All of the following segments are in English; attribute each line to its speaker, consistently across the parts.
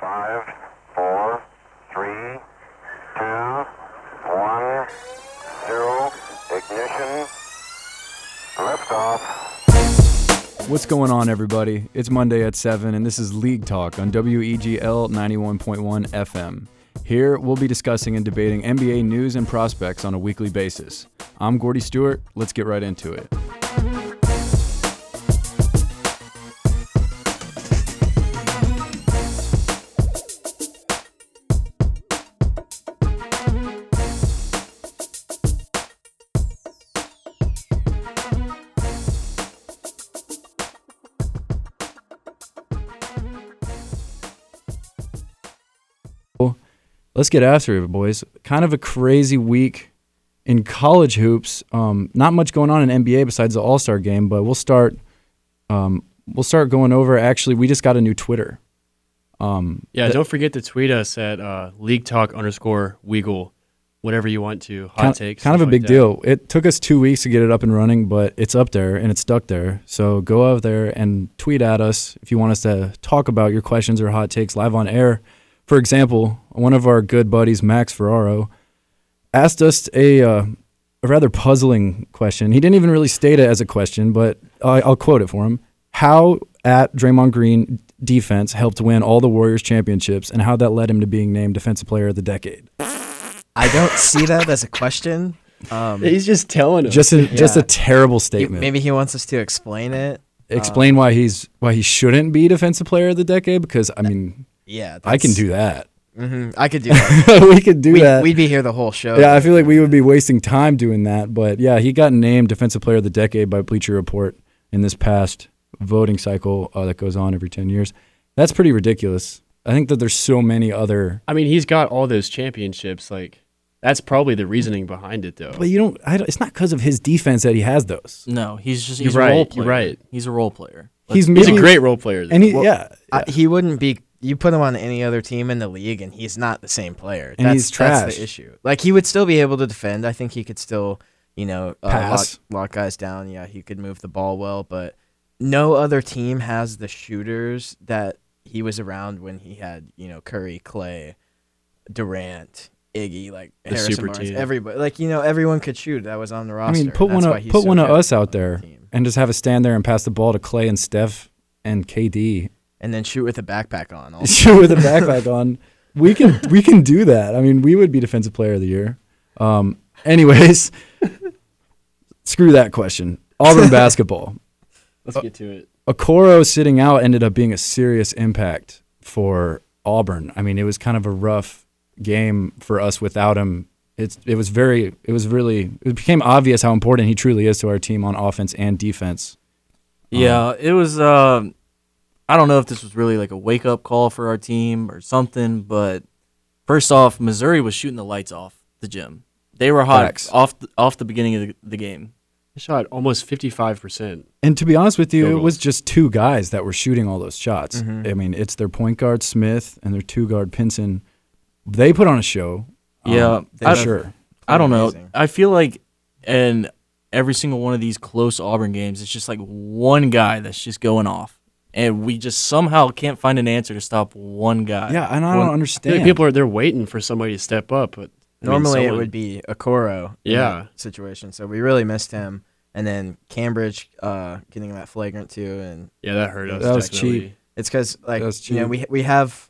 Speaker 1: Five, four, three, two, one, zero. Ignition. Liftoff.
Speaker 2: What's going on, everybody? It's Monday at 7, and this is League Talk on E WEGL 91.1 FM. Here, we'll be discussing and debating NBA news and prospects on a weekly basis. I'm Gordy Stewart. Let's get right into it. Let's get after it, boys. Kind of a crazy week in college hoops. Um, not much going on in NBA besides the All Star game, but we'll start. Um, we'll start going over. Actually, we just got a new Twitter. Um,
Speaker 3: Yeah,
Speaker 2: that-
Speaker 3: don't forget to tweet us at uh, League Talk underscore Weagle, whatever you want to. Hot
Speaker 2: kind,
Speaker 3: takes.
Speaker 2: kind of a
Speaker 3: stuff like
Speaker 2: big
Speaker 3: that.
Speaker 2: deal. It took us two weeks to get it up and running, but it's up there and it's stuck there. So go out there and tweet at us if you want us to talk about your questions or hot takes live on air. For example, one of our good buddies, Max Ferraro, asked us a, uh, a rather puzzling question. He didn't even really state it as a question, but I I'll quote it for him. How at Draymond Green defense helped win all the Warriors championships and how that led him to being named Defensive Player of the Decade.
Speaker 4: I don't see that as a question. Um,
Speaker 3: He's just telling us.
Speaker 2: Just a, just a
Speaker 4: Yeah.
Speaker 2: terrible
Speaker 4: he-
Speaker 2: statement.
Speaker 4: maybe he wants us to explain it.
Speaker 2: explain why he's why he shouldn't be defensive player of the decade because I mean
Speaker 4: Yeah,
Speaker 2: I can do that.
Speaker 4: hmm I could do that.
Speaker 2: we could do
Speaker 4: we,
Speaker 2: that.
Speaker 4: We'd be here the whole show.
Speaker 2: yeah, I feel like we would be wasting time doing that, but yeah, he got named defensive player of the decade by Bleacher Report in this past voting cycle uh, that goes on every 10 years. That's pretty ridiculous. I think that there's so many other
Speaker 3: I mean, he's got all those championships. Like, that's probably the reasoning behind it, though.
Speaker 2: but you don't, I don't it's not because of his defense that he has those.
Speaker 5: No, he's just
Speaker 3: You're
Speaker 5: he's
Speaker 3: right,
Speaker 5: a role
Speaker 3: you're
Speaker 5: player.
Speaker 3: right.
Speaker 5: He's a role player.
Speaker 2: He's
Speaker 3: he's a
Speaker 2: maybe-
Speaker 3: great role player. Though.
Speaker 2: and he,
Speaker 4: Well,
Speaker 2: yeah,
Speaker 4: I- he wouldn't be. You put him on any other team in the league, and he's not the same player.
Speaker 2: And
Speaker 4: that's,
Speaker 2: he's
Speaker 4: That's
Speaker 2: trash.
Speaker 4: the issue. Like he would still be able to defend. I think he could still, you know, uh,
Speaker 2: Pass.
Speaker 4: lock, lock guys down. Yeah, he could move the ball well, but no other team has the shooters that he was around when he had, you know, Curry, Clay, Durant, Iggy, like
Speaker 3: The
Speaker 4: Harrison
Speaker 3: super
Speaker 4: Barnes,
Speaker 3: team.
Speaker 4: everybody. Like you know, everyone could shoot. That was on the
Speaker 2: I
Speaker 4: roster.
Speaker 2: mean, put
Speaker 4: That's
Speaker 2: one
Speaker 4: why
Speaker 2: of,
Speaker 4: he's
Speaker 2: put
Speaker 4: so
Speaker 2: one of
Speaker 4: good
Speaker 2: us
Speaker 4: on
Speaker 2: out
Speaker 4: the
Speaker 2: there
Speaker 4: team.
Speaker 2: and just have us stand there and pass the ball to Clay and Steph and KD
Speaker 4: and then shoot with a backpack on. also.
Speaker 2: Sure, with a backpack on. We can we can do that. I mean, we would be defensive player of the year. Um, anyways, screw that question. Auburn basketball.
Speaker 3: Let's
Speaker 2: uh,
Speaker 3: get to it.
Speaker 2: Okoro sitting out ended up being a serious impact for Auburn. I mean, it was kind of a rough game for us without him. It's it was very it was really it became obvious how important he truly is to our team on offense and defense.
Speaker 5: Yeah, it was. Uh, I don't know if this was really like a wake up call for our team or something, but first off, Missouri was shooting the lights off the gym. They were hot
Speaker 2: Facts.
Speaker 5: off the, off the beginning of the, the game.
Speaker 3: He shot almost 55%.
Speaker 2: And to be honest with you,
Speaker 3: Field
Speaker 2: it was
Speaker 3: goals.
Speaker 2: just two guys that were shooting all those shots.
Speaker 3: Mm-hmm.
Speaker 2: I mean, it's their point guard Smith and their two guard Pinson. They put on a show.
Speaker 5: Yeah,
Speaker 2: for
Speaker 4: they
Speaker 5: I,
Speaker 4: have-
Speaker 2: sure.
Speaker 5: I don't know.
Speaker 4: Amazing.
Speaker 5: I feel like in every single one of these close Auburn games, it's just like one guy that's just going off, and we just somehow can't find an answer to stop one guy.
Speaker 2: Yeah, and I don't
Speaker 5: One-
Speaker 3: I feel
Speaker 2: understand.
Speaker 3: like people are they're waiting for somebody to step up, but I mean,
Speaker 4: Normally it
Speaker 3: someone-
Speaker 4: would be Okoro in
Speaker 3: Yeah.
Speaker 4: that situation. So we really missed him. And then Cambridge uh, getting that flagrant too, and
Speaker 3: Yeah, that hurt us.
Speaker 2: That was
Speaker 3: definitely.
Speaker 2: cheap.
Speaker 4: it's because like
Speaker 2: That's
Speaker 4: you know
Speaker 2: cheap.
Speaker 4: we we have,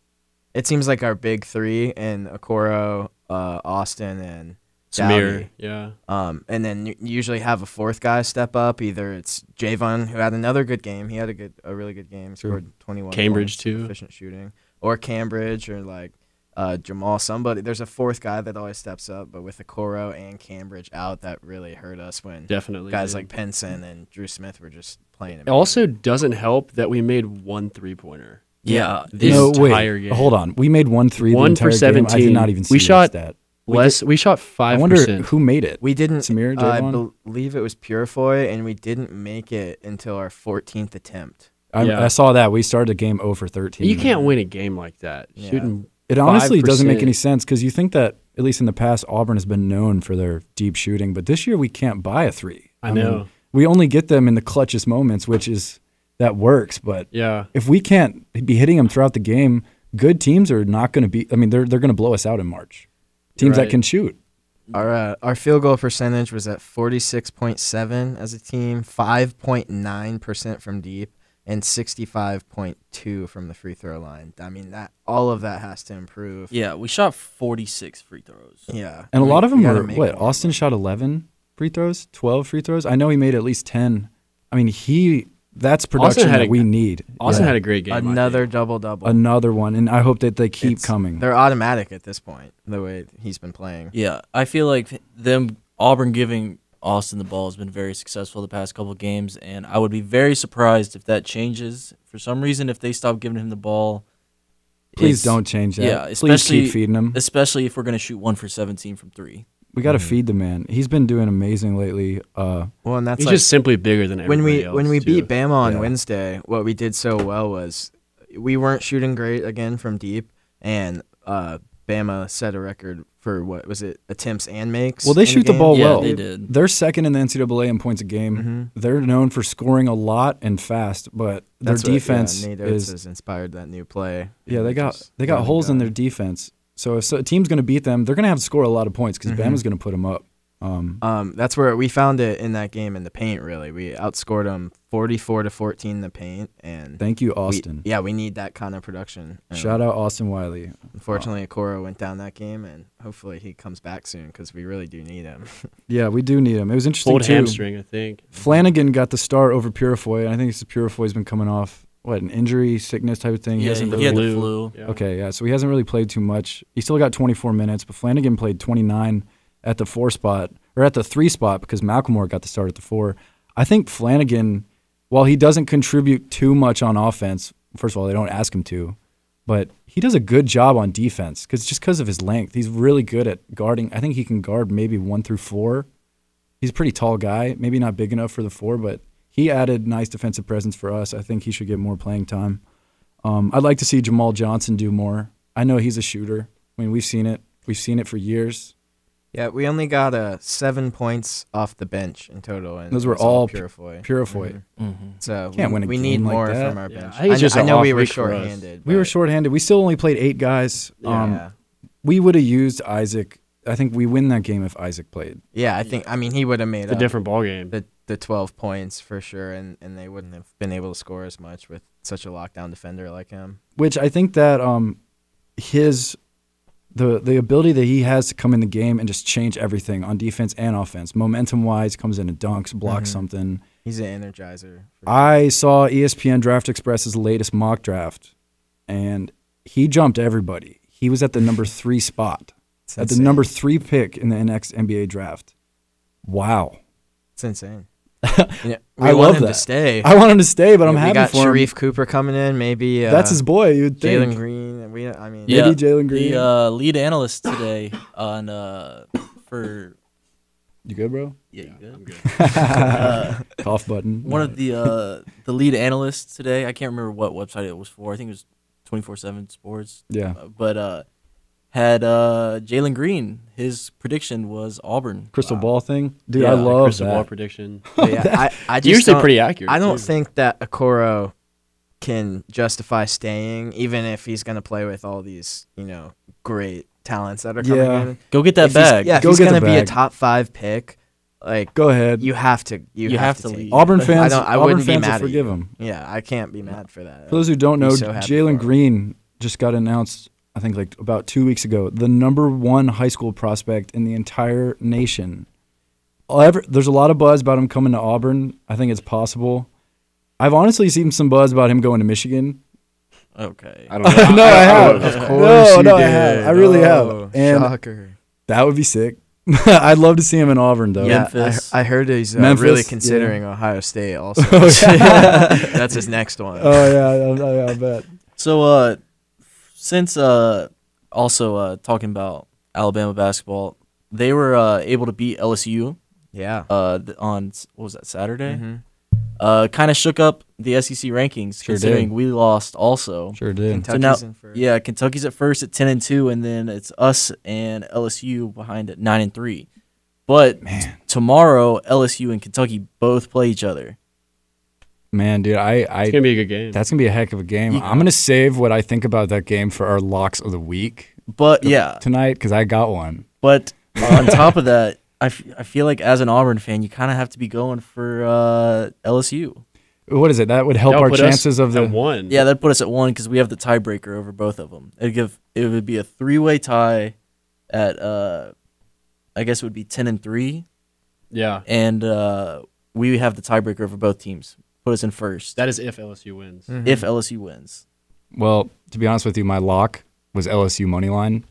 Speaker 4: it seems like our big three in Okoro, uh, Austin, and
Speaker 3: Samir.
Speaker 4: Downey.
Speaker 3: Yeah.
Speaker 4: Um, and then you usually have a fourth guy step up. Either it's Javon who had another good game. He had a good, a really good game.
Speaker 2: True.
Speaker 4: Scored twenty one.
Speaker 3: Cambridge, too.
Speaker 4: Efficient shooting, or Cambridge, or like uh, Jamal. Somebody. There's a fourth guy that always steps up. But with Okoro and Cambridge out, that really hurt us when
Speaker 3: Definitely.
Speaker 4: guys
Speaker 3: did.
Speaker 4: like Penson and Drew Smith were just playing. him.
Speaker 3: It also doesn't help that we made one three pointer.
Speaker 5: Yeah,
Speaker 3: This
Speaker 2: no,
Speaker 3: entire
Speaker 2: wait.
Speaker 3: game.
Speaker 2: Hold on. We made one three.
Speaker 3: One
Speaker 2: the entire
Speaker 3: for
Speaker 2: Game. I did
Speaker 3: 17.
Speaker 2: not even see
Speaker 3: We
Speaker 2: that
Speaker 3: shot-
Speaker 2: stat.
Speaker 3: Less, we shot
Speaker 2: I
Speaker 3: five
Speaker 2: wonder
Speaker 3: percent.
Speaker 2: who made it.
Speaker 4: We didn't.
Speaker 2: Samir,
Speaker 4: I
Speaker 2: Javon?
Speaker 4: believe it was Purifoy, and we didn't make it until our 14th attempt.
Speaker 2: I,
Speaker 3: Yeah.
Speaker 2: I saw that. We started a game oh over 13.
Speaker 3: You can't win a game like that.
Speaker 4: Yeah.
Speaker 3: Shooting
Speaker 2: It honestly doesn't make
Speaker 3: 5%.
Speaker 2: any sense because you think that, at least in the past, Auburn has been known for their deep shooting, but this year we can't buy a three.
Speaker 3: I know.
Speaker 2: we only get them in the clutchest moments, which is that works. But
Speaker 3: Yeah.
Speaker 2: if we can't be hitting them throughout the game, good teams are not going to be. I mean, they're they're going to blow us out in March. Teams
Speaker 3: right.
Speaker 2: that can shoot.
Speaker 4: Our uh, our field goal percentage was at forty six point seven as a team, five point nine percent from deep, and sixty five point two from the free throw line. I mean that all of that has to improve.
Speaker 5: Yeah, we shot 46 free throws.
Speaker 4: Yeah,
Speaker 2: And a lot of
Speaker 4: You
Speaker 2: them
Speaker 4: gotta
Speaker 2: were
Speaker 4: make
Speaker 2: what?
Speaker 4: them.
Speaker 2: Austin shot 11 free throws, 12 free throws. I know he made at least 10. I mean, he that's production
Speaker 3: had
Speaker 2: that
Speaker 3: a-
Speaker 2: we need.
Speaker 3: Austin
Speaker 2: Yeah.
Speaker 3: had a great game. I think.
Speaker 4: Another double double.
Speaker 2: another one, and I hope that they keep
Speaker 4: It's-
Speaker 2: coming.
Speaker 4: They're automatic at this point. The way he's been playing.
Speaker 5: Yeah, I feel like them Auburn giving Austin the ball has been very successful the past couple games, and I would be very surprised if that changes for some reason if they stop giving him the ball.
Speaker 2: Please
Speaker 5: It's-
Speaker 2: don't change that.
Speaker 5: Yeah,
Speaker 2: Please
Speaker 5: especially
Speaker 2: keep feeding him.
Speaker 5: Especially if we're gonna shoot one for 17 from three.
Speaker 2: We
Speaker 4: Mm-hmm.
Speaker 2: got to feed the man. He's been doing amazing lately. Uh,
Speaker 4: Well, and that's
Speaker 3: He's
Speaker 4: like,
Speaker 3: just simply bigger than
Speaker 4: when
Speaker 3: everybody
Speaker 4: we
Speaker 3: else,
Speaker 4: when we
Speaker 3: too.
Speaker 4: beat Bama on
Speaker 2: Yeah.
Speaker 4: Wednesday, what we did so well was we weren't shooting great again from deep, and uh, Bama set a record for what was it attempts and makes.
Speaker 2: well, they
Speaker 4: in
Speaker 2: shoot the
Speaker 4: game?
Speaker 2: ball
Speaker 5: Yeah,
Speaker 2: well.
Speaker 5: they did.
Speaker 2: They're second in the NCAA in points a game.
Speaker 4: Mm-hmm.
Speaker 2: They're known for scoring a lot and fast, but their
Speaker 4: That's what- yeah,
Speaker 2: defense
Speaker 4: Nate Oates
Speaker 2: is
Speaker 4: has inspired that new play.
Speaker 2: yeah. They
Speaker 4: Which
Speaker 2: got
Speaker 4: is
Speaker 2: they got
Speaker 4: really
Speaker 2: holes in
Speaker 4: good.
Speaker 2: their defense. So if so, a team's going to beat them, they're going to have to score a lot of points because
Speaker 4: Mm-hmm.
Speaker 2: Bama's going to put them up. Um,
Speaker 4: Um, that's where we found it in that game in the paint. Really, we outscored them forty-four to fourteen in the paint, and
Speaker 2: thank you,
Speaker 4: we-
Speaker 2: Austin.
Speaker 4: yeah, we need that kind of production. And
Speaker 2: Shout out Austin Wiley.
Speaker 4: Unfortunately, Okoro went down that game, and hopefully he comes back soon because we really do need him.
Speaker 2: Yeah, we do need him. It was interesting
Speaker 3: pulled
Speaker 2: too.
Speaker 3: hamstring, I think.
Speaker 2: Flanagan got the start over Purifoy, and I think it's Purifoy's been coming off what an injury, sickness type of thing. he
Speaker 5: Yeah,
Speaker 2: hasn't really
Speaker 5: he had the flu.
Speaker 3: Yeah.
Speaker 2: Okay, yeah. So he hasn't really played too much. He still got 24 minutes, but Flanagan played 29 at the four spot or at the three spot because Malcolmore got the start at the four. I think Flanagan, while he doesn't contribute too much on offense, first of all, they don't ask him to, but he does a good job on defense because just because of his length, he's really good at guarding. I think he can guard maybe one through four. He's a pretty tall guy, maybe not big enough for the four, but he added nice defensive presence for us. I think he should get more playing time. Um, I'd like to see Jamal Johnson do more. I know he's a shooter. I mean, we've seen it. We've seen it for years.
Speaker 4: Yeah, we only got uh, seven points off the bench in total, and
Speaker 2: Those
Speaker 4: it
Speaker 2: were
Speaker 4: was
Speaker 2: all pu-
Speaker 4: Purifoy.
Speaker 2: Purifoy.
Speaker 4: Mm-hmm. So
Speaker 2: Can't
Speaker 4: we,
Speaker 2: win a
Speaker 4: we
Speaker 2: game
Speaker 4: need
Speaker 2: like
Speaker 4: more
Speaker 2: that.
Speaker 4: from our
Speaker 3: Yeah,
Speaker 4: bench.
Speaker 3: I think
Speaker 4: I,
Speaker 3: it's just
Speaker 4: I
Speaker 3: an
Speaker 4: know
Speaker 3: off
Speaker 4: we were
Speaker 3: week for us.
Speaker 4: shorthanded.
Speaker 2: We were
Speaker 4: but-
Speaker 2: shorthanded. We still only played eight guys.
Speaker 4: Yeah.
Speaker 2: Um, we would have used Isaac. I think we win that game if Isaac played.
Speaker 4: yeah, I think. I mean, he would have made
Speaker 3: It's a
Speaker 4: up
Speaker 3: different ball game.
Speaker 4: the the twelve points for sure, and and they wouldn't have been able to score as much with such a lockdown defender like him.
Speaker 2: Which I think that um, his the the ability that he has to come in the game and just change everything on defense and offense, momentum wise, comes in and dunks, blocks something.
Speaker 4: He's an energizer. for-
Speaker 2: I saw E ESPN Draft Express's latest mock draft, and he jumped everybody. He was at the number three spot,
Speaker 4: It's
Speaker 2: at the
Speaker 4: insane.
Speaker 2: number three pick in the next NBA draft. Wow.
Speaker 4: It's insane. yeah, we
Speaker 2: I
Speaker 4: want
Speaker 2: love
Speaker 4: him to
Speaker 2: that.
Speaker 4: stay.
Speaker 2: I want him to stay, but I'm
Speaker 4: we
Speaker 2: happy
Speaker 4: got
Speaker 2: for
Speaker 4: Sharif
Speaker 2: him.
Speaker 4: Cooper coming in. Maybe uh,
Speaker 2: That's his boy. You'd
Speaker 4: Jalen
Speaker 2: think.
Speaker 4: Green. We, I mean,
Speaker 2: Yeah. Maybe Jalen Green.
Speaker 5: The uh, lead analyst today on uh, for
Speaker 2: You good, bro?
Speaker 5: yeah, you good?
Speaker 3: I'm good.
Speaker 2: Cough button.
Speaker 5: one of the uh, the lead analysts today. I can't remember what website it was for. I think it was 24/7 Sports.
Speaker 2: yeah.
Speaker 5: Uh, But uh, had uh, Jalen Green. His prediction was Auburn.
Speaker 2: Crystal ball thing, dude. I
Speaker 5: Yeah,
Speaker 2: love
Speaker 3: Crystal
Speaker 2: that.
Speaker 3: ball prediction.
Speaker 4: But yeah, I, I just
Speaker 3: Usually
Speaker 4: don't-
Speaker 3: pretty accurate.
Speaker 4: I don't
Speaker 3: too.
Speaker 4: think that Okoro can justify staying, even if he's going to play with all these, you know, great talents that are coming
Speaker 2: Yeah.
Speaker 4: in.
Speaker 5: Go get that
Speaker 4: If he's-
Speaker 5: bag.
Speaker 4: Yeah, if
Speaker 2: Go
Speaker 4: he's
Speaker 2: get
Speaker 4: going
Speaker 2: the
Speaker 4: to be a
Speaker 2: bag.
Speaker 4: top five pick, like
Speaker 2: Go ahead.
Speaker 4: you have to, you,
Speaker 5: You
Speaker 4: have,
Speaker 5: have
Speaker 4: to,
Speaker 5: to
Speaker 4: take
Speaker 5: leave.
Speaker 4: it.
Speaker 2: Auburn fans.
Speaker 4: don't- I
Speaker 2: Auburn
Speaker 4: wouldn't be
Speaker 2: fans
Speaker 4: mad
Speaker 2: will
Speaker 4: at
Speaker 2: forgive
Speaker 4: you.
Speaker 2: him.
Speaker 4: Yeah, I can't be mad for that.
Speaker 2: For those who don't
Speaker 4: Be
Speaker 2: know,
Speaker 4: so happy for
Speaker 2: Jalen
Speaker 4: him.
Speaker 2: Green just got announced, I think, like about two weeks ago, the number one high school prospect in the entire nation. Ever, there's a lot of buzz about him coming to Auburn. I think it's possible. I've honestly seen some buzz about him going to Michigan.
Speaker 5: Okay.
Speaker 3: I don't know.
Speaker 2: No, I have.
Speaker 4: Of
Speaker 2: no,
Speaker 4: you
Speaker 2: no, I
Speaker 4: did.
Speaker 2: have. I really
Speaker 4: Oh,
Speaker 2: have. And
Speaker 4: shocker.
Speaker 2: that would be sick. I'd love to see him in Auburn, though.
Speaker 5: Yeah.
Speaker 4: Yeah, I,
Speaker 5: Memphis.
Speaker 4: I heard he's uh,
Speaker 2: Memphis,
Speaker 4: really
Speaker 2: yeah.
Speaker 4: considering Ohio State also. That's his next one.
Speaker 2: Oh yeah, I, I, I bet.
Speaker 5: So uh since uh also uh talking about Alabama basketball, they were uh able to beat LSU
Speaker 4: yeah.
Speaker 5: uh th- on s- what was that Saturday?
Speaker 4: Mm-hmm.
Speaker 5: Uh kind of shook up the SEC rankings
Speaker 2: Sure did.
Speaker 5: considering we lost also.
Speaker 2: Sure did.
Speaker 5: So
Speaker 4: Kentucky's
Speaker 5: now-
Speaker 4: in first.
Speaker 5: Yeah, Kentucky's at first at 10 and 2 and then it's us and LSU behind at 9 and 3. But t- tomorrow LSU and Kentucky both play each other.
Speaker 2: Man, dude, I,
Speaker 3: It's
Speaker 2: I
Speaker 3: gonna be a good game.
Speaker 2: that's gonna be a heck of a game. I'm gonna save what I think about that game for our locks of the week
Speaker 5: But yeah,
Speaker 2: tonight because I got one.
Speaker 5: but on top of that, I, f- I feel like as an Auburn fan, you kind of have to be going for uh, LSU.
Speaker 2: What is it? That would help
Speaker 3: That'll
Speaker 2: our
Speaker 3: put us
Speaker 2: chances of the
Speaker 3: at one.
Speaker 5: Yeah, that'd put us at one because we have the tiebreaker over both of them. It'd give it would be a three way tie at uh, I guess it would be ten and three,
Speaker 3: yeah.
Speaker 5: and uh, we have the tiebreaker over both teams. Put us in first
Speaker 3: That is if LSU wins.
Speaker 4: Mm-hmm.
Speaker 5: if LSU wins.
Speaker 2: Well, to be honest with you, my lock was LSU money line.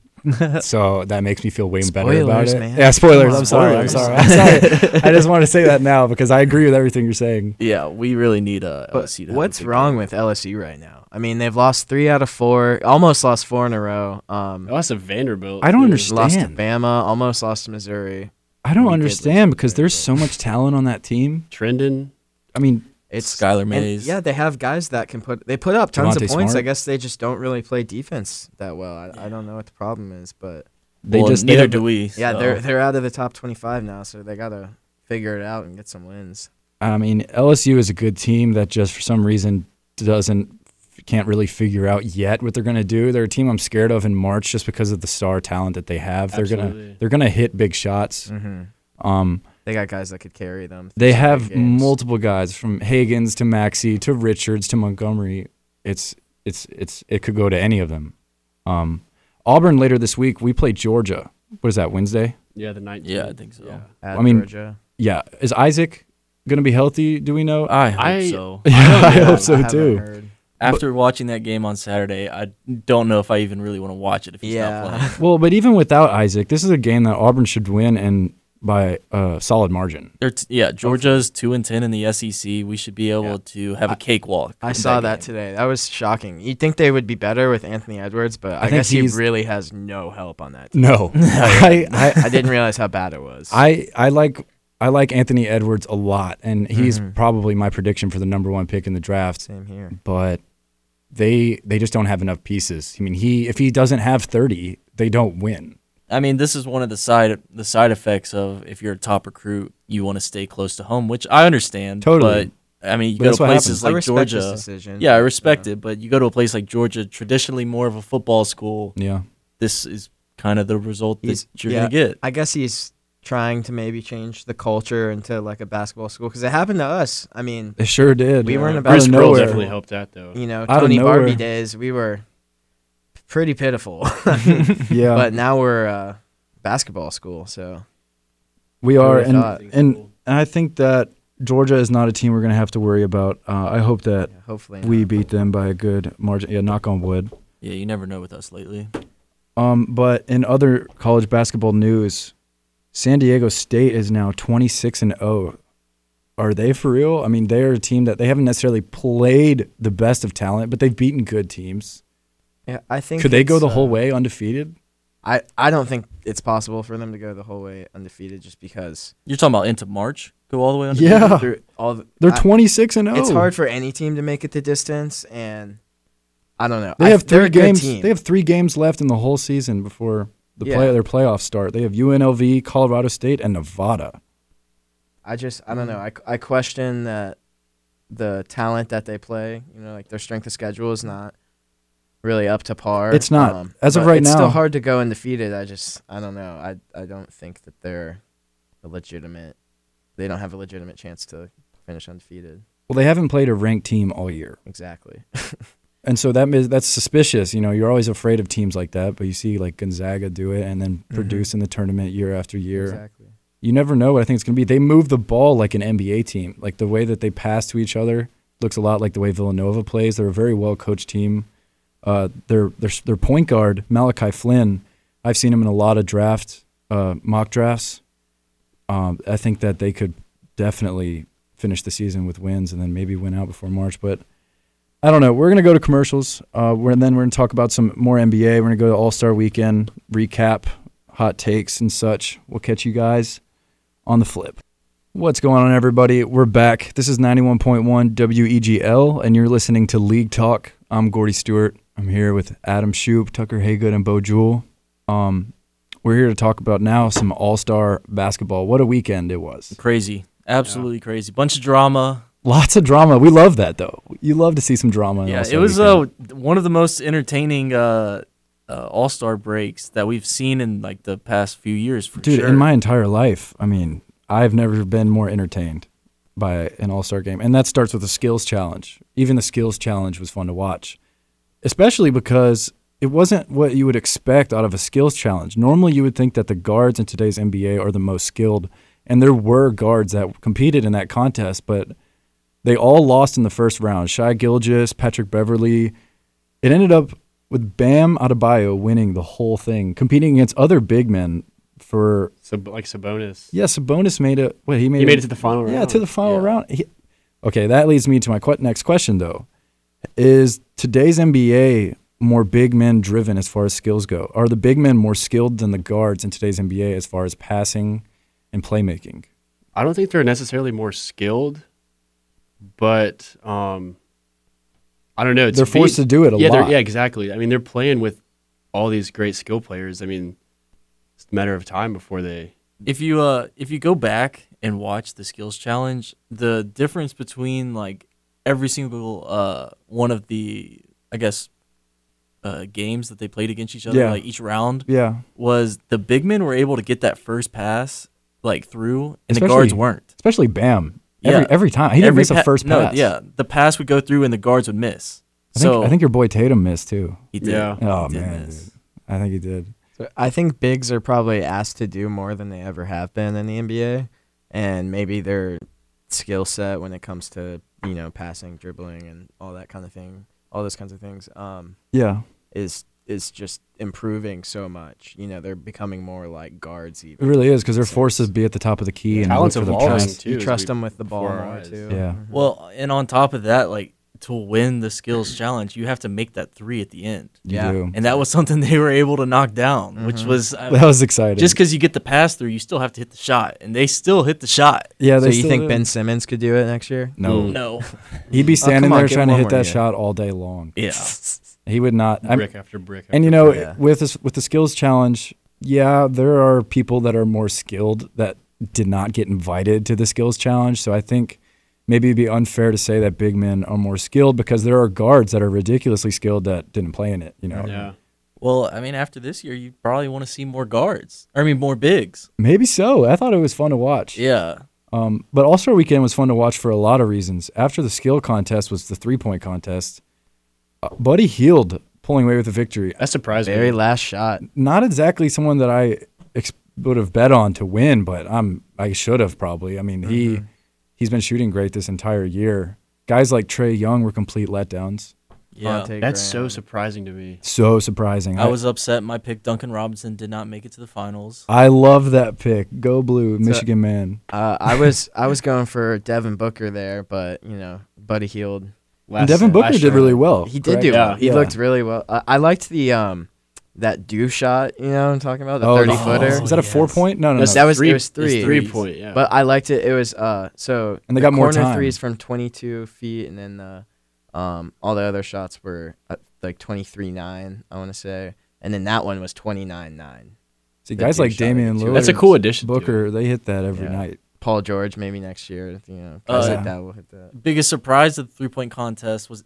Speaker 2: so that makes me feel way better about
Speaker 4: Spoilers,
Speaker 2: it.
Speaker 4: man.
Speaker 2: Yeah, spoilers.
Speaker 5: Come on,
Speaker 2: I'm sorry. I'm sorry.
Speaker 5: spoilers.
Speaker 2: I'm sorry. I just want to say that now because I agree with everything you're saying.
Speaker 5: Yeah, we really need uh,
Speaker 4: But
Speaker 5: LSU. To have a
Speaker 4: what's
Speaker 5: big
Speaker 4: wrong with LSU right now? I mean, they've lost three out of four, almost lost four in a row. Um,
Speaker 3: Oh, that's a Vanderbilt.
Speaker 2: I don't
Speaker 3: dude.
Speaker 2: understand.
Speaker 4: lost to
Speaker 2: Stan.
Speaker 4: Bama, almost lost to Missouri.
Speaker 2: I don't
Speaker 4: We did
Speaker 2: understand
Speaker 4: lose
Speaker 2: because
Speaker 4: very
Speaker 2: there's
Speaker 4: well.
Speaker 2: so much talent on that team.
Speaker 3: Trending.
Speaker 2: I mean,
Speaker 4: It's
Speaker 5: Skylar
Speaker 4: and
Speaker 5: Mays.
Speaker 4: yeah, they have guys that can put. They put up tons of
Speaker 2: Devontae
Speaker 4: points. I
Speaker 2: Smart.
Speaker 4: guess they just don't really play defense that well. I, I don't know what the problem is, but
Speaker 2: they
Speaker 5: Well,
Speaker 2: just they
Speaker 5: neither
Speaker 2: have-
Speaker 5: do we.
Speaker 4: yeah,
Speaker 5: so-
Speaker 4: they're they're out of the top twenty-five now, so they gotta figure it out and get some wins.
Speaker 2: I mean, LSU is a good team that just for some reason doesn't can't really figure out yet what they're going to do. They're a team I'm scared of in March just because of the star talent that they have. They're going to
Speaker 3: Absolutely.
Speaker 2: they're going to hit big shots.
Speaker 4: Mm-hmm.
Speaker 2: Um
Speaker 4: They got guys that could carry them. through
Speaker 2: they
Speaker 4: some big
Speaker 2: have
Speaker 4: games.
Speaker 2: multiple guys from Hagens to Maxey to Richards to Montgomery. It's it's it's it could go to any of them. Um Auburn later this week we play Georgia. What is that Wednesday?
Speaker 3: Yeah, the 19th.
Speaker 5: Yeah, I think so.
Speaker 3: Yeah.
Speaker 4: At
Speaker 2: I mean-
Speaker 4: Georgia.
Speaker 2: Yeah, is Isaac going to be healthy? Do we know?
Speaker 5: I hope
Speaker 3: I-
Speaker 5: so.
Speaker 2: I
Speaker 4: Oh, Yeah,
Speaker 2: hope so
Speaker 4: Um, haven't
Speaker 2: too.
Speaker 4: heard.
Speaker 5: After watching that game on Saturday, I don't know if I even really want to watch it if he's
Speaker 4: Yeah.
Speaker 5: not playing.
Speaker 2: Well, but even without Isaac, this is a game that Auburn should win and by a solid margin.
Speaker 5: They're t- yeah, Georgia's two and ten in the SEC. We should be able
Speaker 4: Yeah.
Speaker 5: to have a cakewalk.
Speaker 4: I
Speaker 5: in
Speaker 4: saw that
Speaker 5: game.
Speaker 4: today. That was shocking. You'd think they would be better with Anthony Edwards, but I,
Speaker 2: think
Speaker 4: guess he
Speaker 2: he's-
Speaker 4: really has no help on that. team.
Speaker 2: No, I, I,
Speaker 4: I didn't realize how bad it was.
Speaker 2: I, I like I like Anthony Edwards a lot, and he's probably my prediction for the number one pick in the draft.
Speaker 4: same here.
Speaker 2: But they they just don't have enough pieces. I mean, he if he doesn't have thirty, they don't win.
Speaker 5: I mean, this is one of the side the side effects of if you're a top recruit, you want to stay close to home, which I understand.
Speaker 2: Totally.
Speaker 5: But I mean, you
Speaker 2: But
Speaker 5: go to
Speaker 2: that's what
Speaker 5: places
Speaker 2: happens.
Speaker 5: like
Speaker 4: I respect
Speaker 5: Georgia.
Speaker 4: this decision.
Speaker 5: Yeah, I respect it, but you go to a place like Georgia, traditionally more of a football school.
Speaker 2: Yeah,
Speaker 5: This is kind of the result that
Speaker 4: He's-
Speaker 5: you're
Speaker 4: yeah,
Speaker 5: gonna get.
Speaker 4: I guess he's trying to maybe change the culture into like a basketball school because it happened to us. I mean,
Speaker 2: it sure did.
Speaker 4: We weren't
Speaker 2: Out
Speaker 4: about
Speaker 2: of
Speaker 3: Bruce
Speaker 4: to-
Speaker 3: Pearl
Speaker 2: nowhere.
Speaker 3: definitely helped that though.
Speaker 4: you know,
Speaker 2: Out of
Speaker 4: Tony Barbie
Speaker 2: nowhere.
Speaker 4: days, we were pretty pitiful,
Speaker 2: Yeah,
Speaker 4: but now we're uh, basketball school. So
Speaker 2: we
Speaker 4: who
Speaker 2: are,
Speaker 4: would've
Speaker 2: and
Speaker 4: thought?
Speaker 2: and and I think that Georgia is not a team we're gonna have to worry about. Uh, I hope that
Speaker 4: yeah, hopefully,
Speaker 2: we
Speaker 4: not.
Speaker 2: beat them by a good margin. Yeah, knock on wood.
Speaker 5: Yeah, you never know with us lately.
Speaker 2: Um, but in other college basketball news, San Diego State is now 26 and 0. Are they for real? I mean, they are a team that they haven't necessarily played the best of talent, but they've beaten good teams.
Speaker 4: Yeah, I think
Speaker 2: Could they go
Speaker 4: it's,
Speaker 2: the
Speaker 4: uh,
Speaker 2: whole way undefeated?
Speaker 4: I, I don't think it's possible for them to go the whole way undefeated just because
Speaker 5: You're talking about into March, go all the way under.
Speaker 2: Yeah.
Speaker 4: through all the,
Speaker 2: They're
Speaker 4: I-
Speaker 2: 26 and oh. 0.
Speaker 4: It's hard for any team to make it the distance, and I don't know.
Speaker 2: They
Speaker 4: I-
Speaker 2: have
Speaker 4: they're
Speaker 2: three
Speaker 4: a good
Speaker 2: games.
Speaker 4: team.
Speaker 2: They have three games left in the whole season before the
Speaker 4: Yeah.
Speaker 2: play their playoffs start. They have UNLV, Colorado State, and Nevada.
Speaker 4: I just I don't know.
Speaker 2: Mm.
Speaker 4: I, I question that the talent that they play. You know, like their strength of schedule is not really up to par. Um,
Speaker 2: It's not. As of
Speaker 4: but
Speaker 2: right
Speaker 4: it's
Speaker 2: now-
Speaker 4: still hard to go undefeated. I just I don't know. I I don't think that they're a legitimate. They don't have a legitimate chance to finish undefeated.
Speaker 2: Well, they haven't played a ranked team all year.
Speaker 4: Exactly.
Speaker 2: And so that is that's suspicious. You know, you're always afraid of teams like that, but you see like Gonzaga do it and then produce in the tournament year after year.
Speaker 4: Exactly.
Speaker 2: You never know what I think it's going to be. They move the ball like an NBA team. Like the way that they pass to each other looks a lot like the way Villanova plays. They're a very well coached team. Uh, their their their point guard Malachi Flynn. I've seen him in a lot of draft uh, mock drafts. Um, I think that they could definitely finish the season with wins and then maybe win out before March. But I don't know. We're gonna go to commercials. Uh, we're, and then we're gonna talk about some more NBA. We're gonna go to All Star Weekend recap, hot takes and such. We'll catch you guys on the flip. What's going on, everybody? We're back. This is 91.1 WEGL, E and you're listening to League Talk. I'm Gordy Stewart. I'm here with Adam Shoup, Tucker Haygood, and Bo Jewell. Um, we're here to talk about now some All Star basketball. What a weekend it was!
Speaker 5: Crazy. Absolutely crazy. Bunch of drama.
Speaker 2: Lots of drama. We love that though. You love to see some drama. in
Speaker 5: Yeah,
Speaker 2: All-Star
Speaker 5: it was
Speaker 2: Weekend.
Speaker 5: uh, one of the most entertaining uh, uh, All Star breaks that we've seen in like the past few years. For
Speaker 2: dude
Speaker 5: sure.
Speaker 2: in my entire life i mean i've never been more entertained by an all-star game and that starts with a skills challenge even the skills challenge was fun to watch especially because it wasn't what you would expect out of a skills challenge normally you would think that the guards in today's nba are the most skilled and there were guards that competed in that contest but they all lost in the first round shy gilgis patrick beverly it ended up with bam adebayo winning the whole thing competing against other big men for
Speaker 3: So like Sabonis.
Speaker 2: Yes, Sabonis made it. What he made?
Speaker 3: He made it to the final
Speaker 2: Yeah,
Speaker 3: round.
Speaker 2: to the final
Speaker 3: Yeah.
Speaker 2: round. He- okay, that leads me to my que- next question though: Is today's NBA more big men driven as far as skills go? Are the big men more skilled than the guards in today's NBA as far as passing and playmaking?
Speaker 3: I don't think they're necessarily more skilled, but um, I don't know. It's
Speaker 2: They're forced to do it a
Speaker 3: yeah, they're-
Speaker 2: lot.
Speaker 3: Yeah, exactly. I mean, they're playing with all these great skill players. I mean, it's a matter of time before they.
Speaker 5: if you uh if you go back and watch the skills challenge, the difference between like every single uh one of the I guess uh games that they played against each other,
Speaker 2: Yeah.
Speaker 5: like each round,
Speaker 2: Yeah,
Speaker 5: was the big men were able to get that first pass like through, and the
Speaker 2: Especially-
Speaker 5: guards weren't.
Speaker 2: especially Bam.
Speaker 5: Yeah.
Speaker 2: Every, every time he didn't
Speaker 5: Every
Speaker 2: miss a
Speaker 5: pa-
Speaker 2: first
Speaker 5: no,
Speaker 2: pass.
Speaker 5: yeah, the pass would go through and the guards would miss.
Speaker 2: I think,
Speaker 5: so
Speaker 2: I think your boy Tatum missed too.
Speaker 5: he did.
Speaker 3: Yeah.
Speaker 2: Oh
Speaker 5: He did
Speaker 2: man,
Speaker 5: miss.
Speaker 2: dude. I think he did.
Speaker 4: So I think bigs are probably asked to do more than they ever have been in the NBA, and maybe their skill set when it comes to you know passing, dribbling, and all that kind of thing, all those kinds of things, um,
Speaker 2: Yeah,
Speaker 4: is is just improving so much. You know, they're becoming more like guards.
Speaker 2: it
Speaker 4: Even
Speaker 2: really is because they're
Speaker 4: Makes
Speaker 2: forced to be at the top of the key and look
Speaker 3: Talent's
Speaker 2: for the
Speaker 3: evolving.
Speaker 2: pass.
Speaker 3: too,
Speaker 4: you
Speaker 3: as
Speaker 4: trust
Speaker 3: we-
Speaker 4: them with the ball
Speaker 3: before our
Speaker 4: more
Speaker 3: eyes.
Speaker 4: too.
Speaker 2: Yeah.
Speaker 4: Mhm.
Speaker 5: Well, and on top of that, like to win the skills challenge, you have to make that three at the end.
Speaker 2: You
Speaker 4: Yeah.
Speaker 2: do.
Speaker 5: and that was something they were able to knock down, which was uh,
Speaker 2: That was exciting.
Speaker 5: just because you get the pass through, you still have to hit the shot, and they still hit the shot.
Speaker 2: yeah,
Speaker 4: so
Speaker 2: they
Speaker 4: you
Speaker 2: still
Speaker 4: think
Speaker 2: do.
Speaker 4: Ben Simmons could do it next year?
Speaker 2: No,
Speaker 5: No,
Speaker 2: He'd be standing
Speaker 4: come on,
Speaker 2: there
Speaker 4: give
Speaker 2: trying
Speaker 4: him
Speaker 2: to
Speaker 4: one
Speaker 2: hit
Speaker 4: more,
Speaker 2: that
Speaker 4: yeah.
Speaker 2: shot all day long.
Speaker 5: yeah,
Speaker 2: He would not. I'm,
Speaker 3: brick after brick. After
Speaker 2: and you know,
Speaker 4: Yeah.
Speaker 2: with this, with the skills challenge, yeah, there are people that are more skilled that did not get invited to the skills challenge. So I think maybe it'd be unfair to say that big men are more skilled because there are guards that are ridiculously skilled that didn't play in it. You know,
Speaker 3: yeah.
Speaker 5: Well, I mean, after this year, you probably want to see more guards. I mean, more bigs.
Speaker 2: maybe so. I thought it was fun to watch.
Speaker 5: Yeah,
Speaker 2: Um, but All Star Weekend was fun to watch for a lot of reasons. After the skill contest was the three point contest. Uh, Buddy healed, pulling away with the victory.
Speaker 3: That surprised me.
Speaker 4: Very last shot.
Speaker 2: Not exactly someone that I ex- would have bet on to win, but I'm I should have probably. I mean,
Speaker 4: Mm-hmm.
Speaker 2: he he's been shooting great this entire year. Guys like Trey Young were complete letdowns.
Speaker 5: yeah.
Speaker 4: Vontae
Speaker 3: That's so
Speaker 4: Graham.
Speaker 3: surprising to me.
Speaker 2: So surprising.
Speaker 5: I was upset. My pick, Duncan Robinson, did not make it to the finals.
Speaker 2: I love that pick. Go blue, Michigan man.
Speaker 4: Uh, I was I was going for Devin Booker there, but you know, Buddy Healed.
Speaker 2: And
Speaker 3: Last
Speaker 2: Devin Booker
Speaker 3: last
Speaker 2: did
Speaker 3: year.
Speaker 2: really well.
Speaker 4: He did
Speaker 2: correct?
Speaker 4: do.
Speaker 3: Yeah.
Speaker 4: Well. He
Speaker 2: Yeah.
Speaker 4: looked really well. I, I liked the um that do shot. You know, what I'm talking about the
Speaker 2: Oh,
Speaker 4: thirty
Speaker 2: the-
Speaker 4: footer.
Speaker 2: Was that a
Speaker 5: yes.
Speaker 2: four point? No, no, no.
Speaker 4: That was
Speaker 3: Three-
Speaker 4: it was three.
Speaker 3: it's three point. Yeah,
Speaker 4: But I liked it. It was uh so
Speaker 2: And they
Speaker 4: the
Speaker 2: got more
Speaker 4: corner
Speaker 2: time.
Speaker 4: threes from 22 feet, and then the um all the other shots were uh, like 23 nine. I want to say, and then that one was 29 nine.
Speaker 2: See,
Speaker 4: that
Speaker 2: guys
Speaker 4: dude
Speaker 2: like
Speaker 4: shot
Speaker 2: Damian
Speaker 4: it too.
Speaker 2: Lillard,
Speaker 3: that's a cool addition. to it.
Speaker 2: Booker. They hit that every
Speaker 4: Yeah.
Speaker 2: night.
Speaker 4: Paul George maybe next year. You know,
Speaker 5: Uh,
Speaker 2: Oh,
Speaker 4: guys
Speaker 2: yeah.
Speaker 4: like that will hit that.
Speaker 5: Biggest surprise of the three point contest was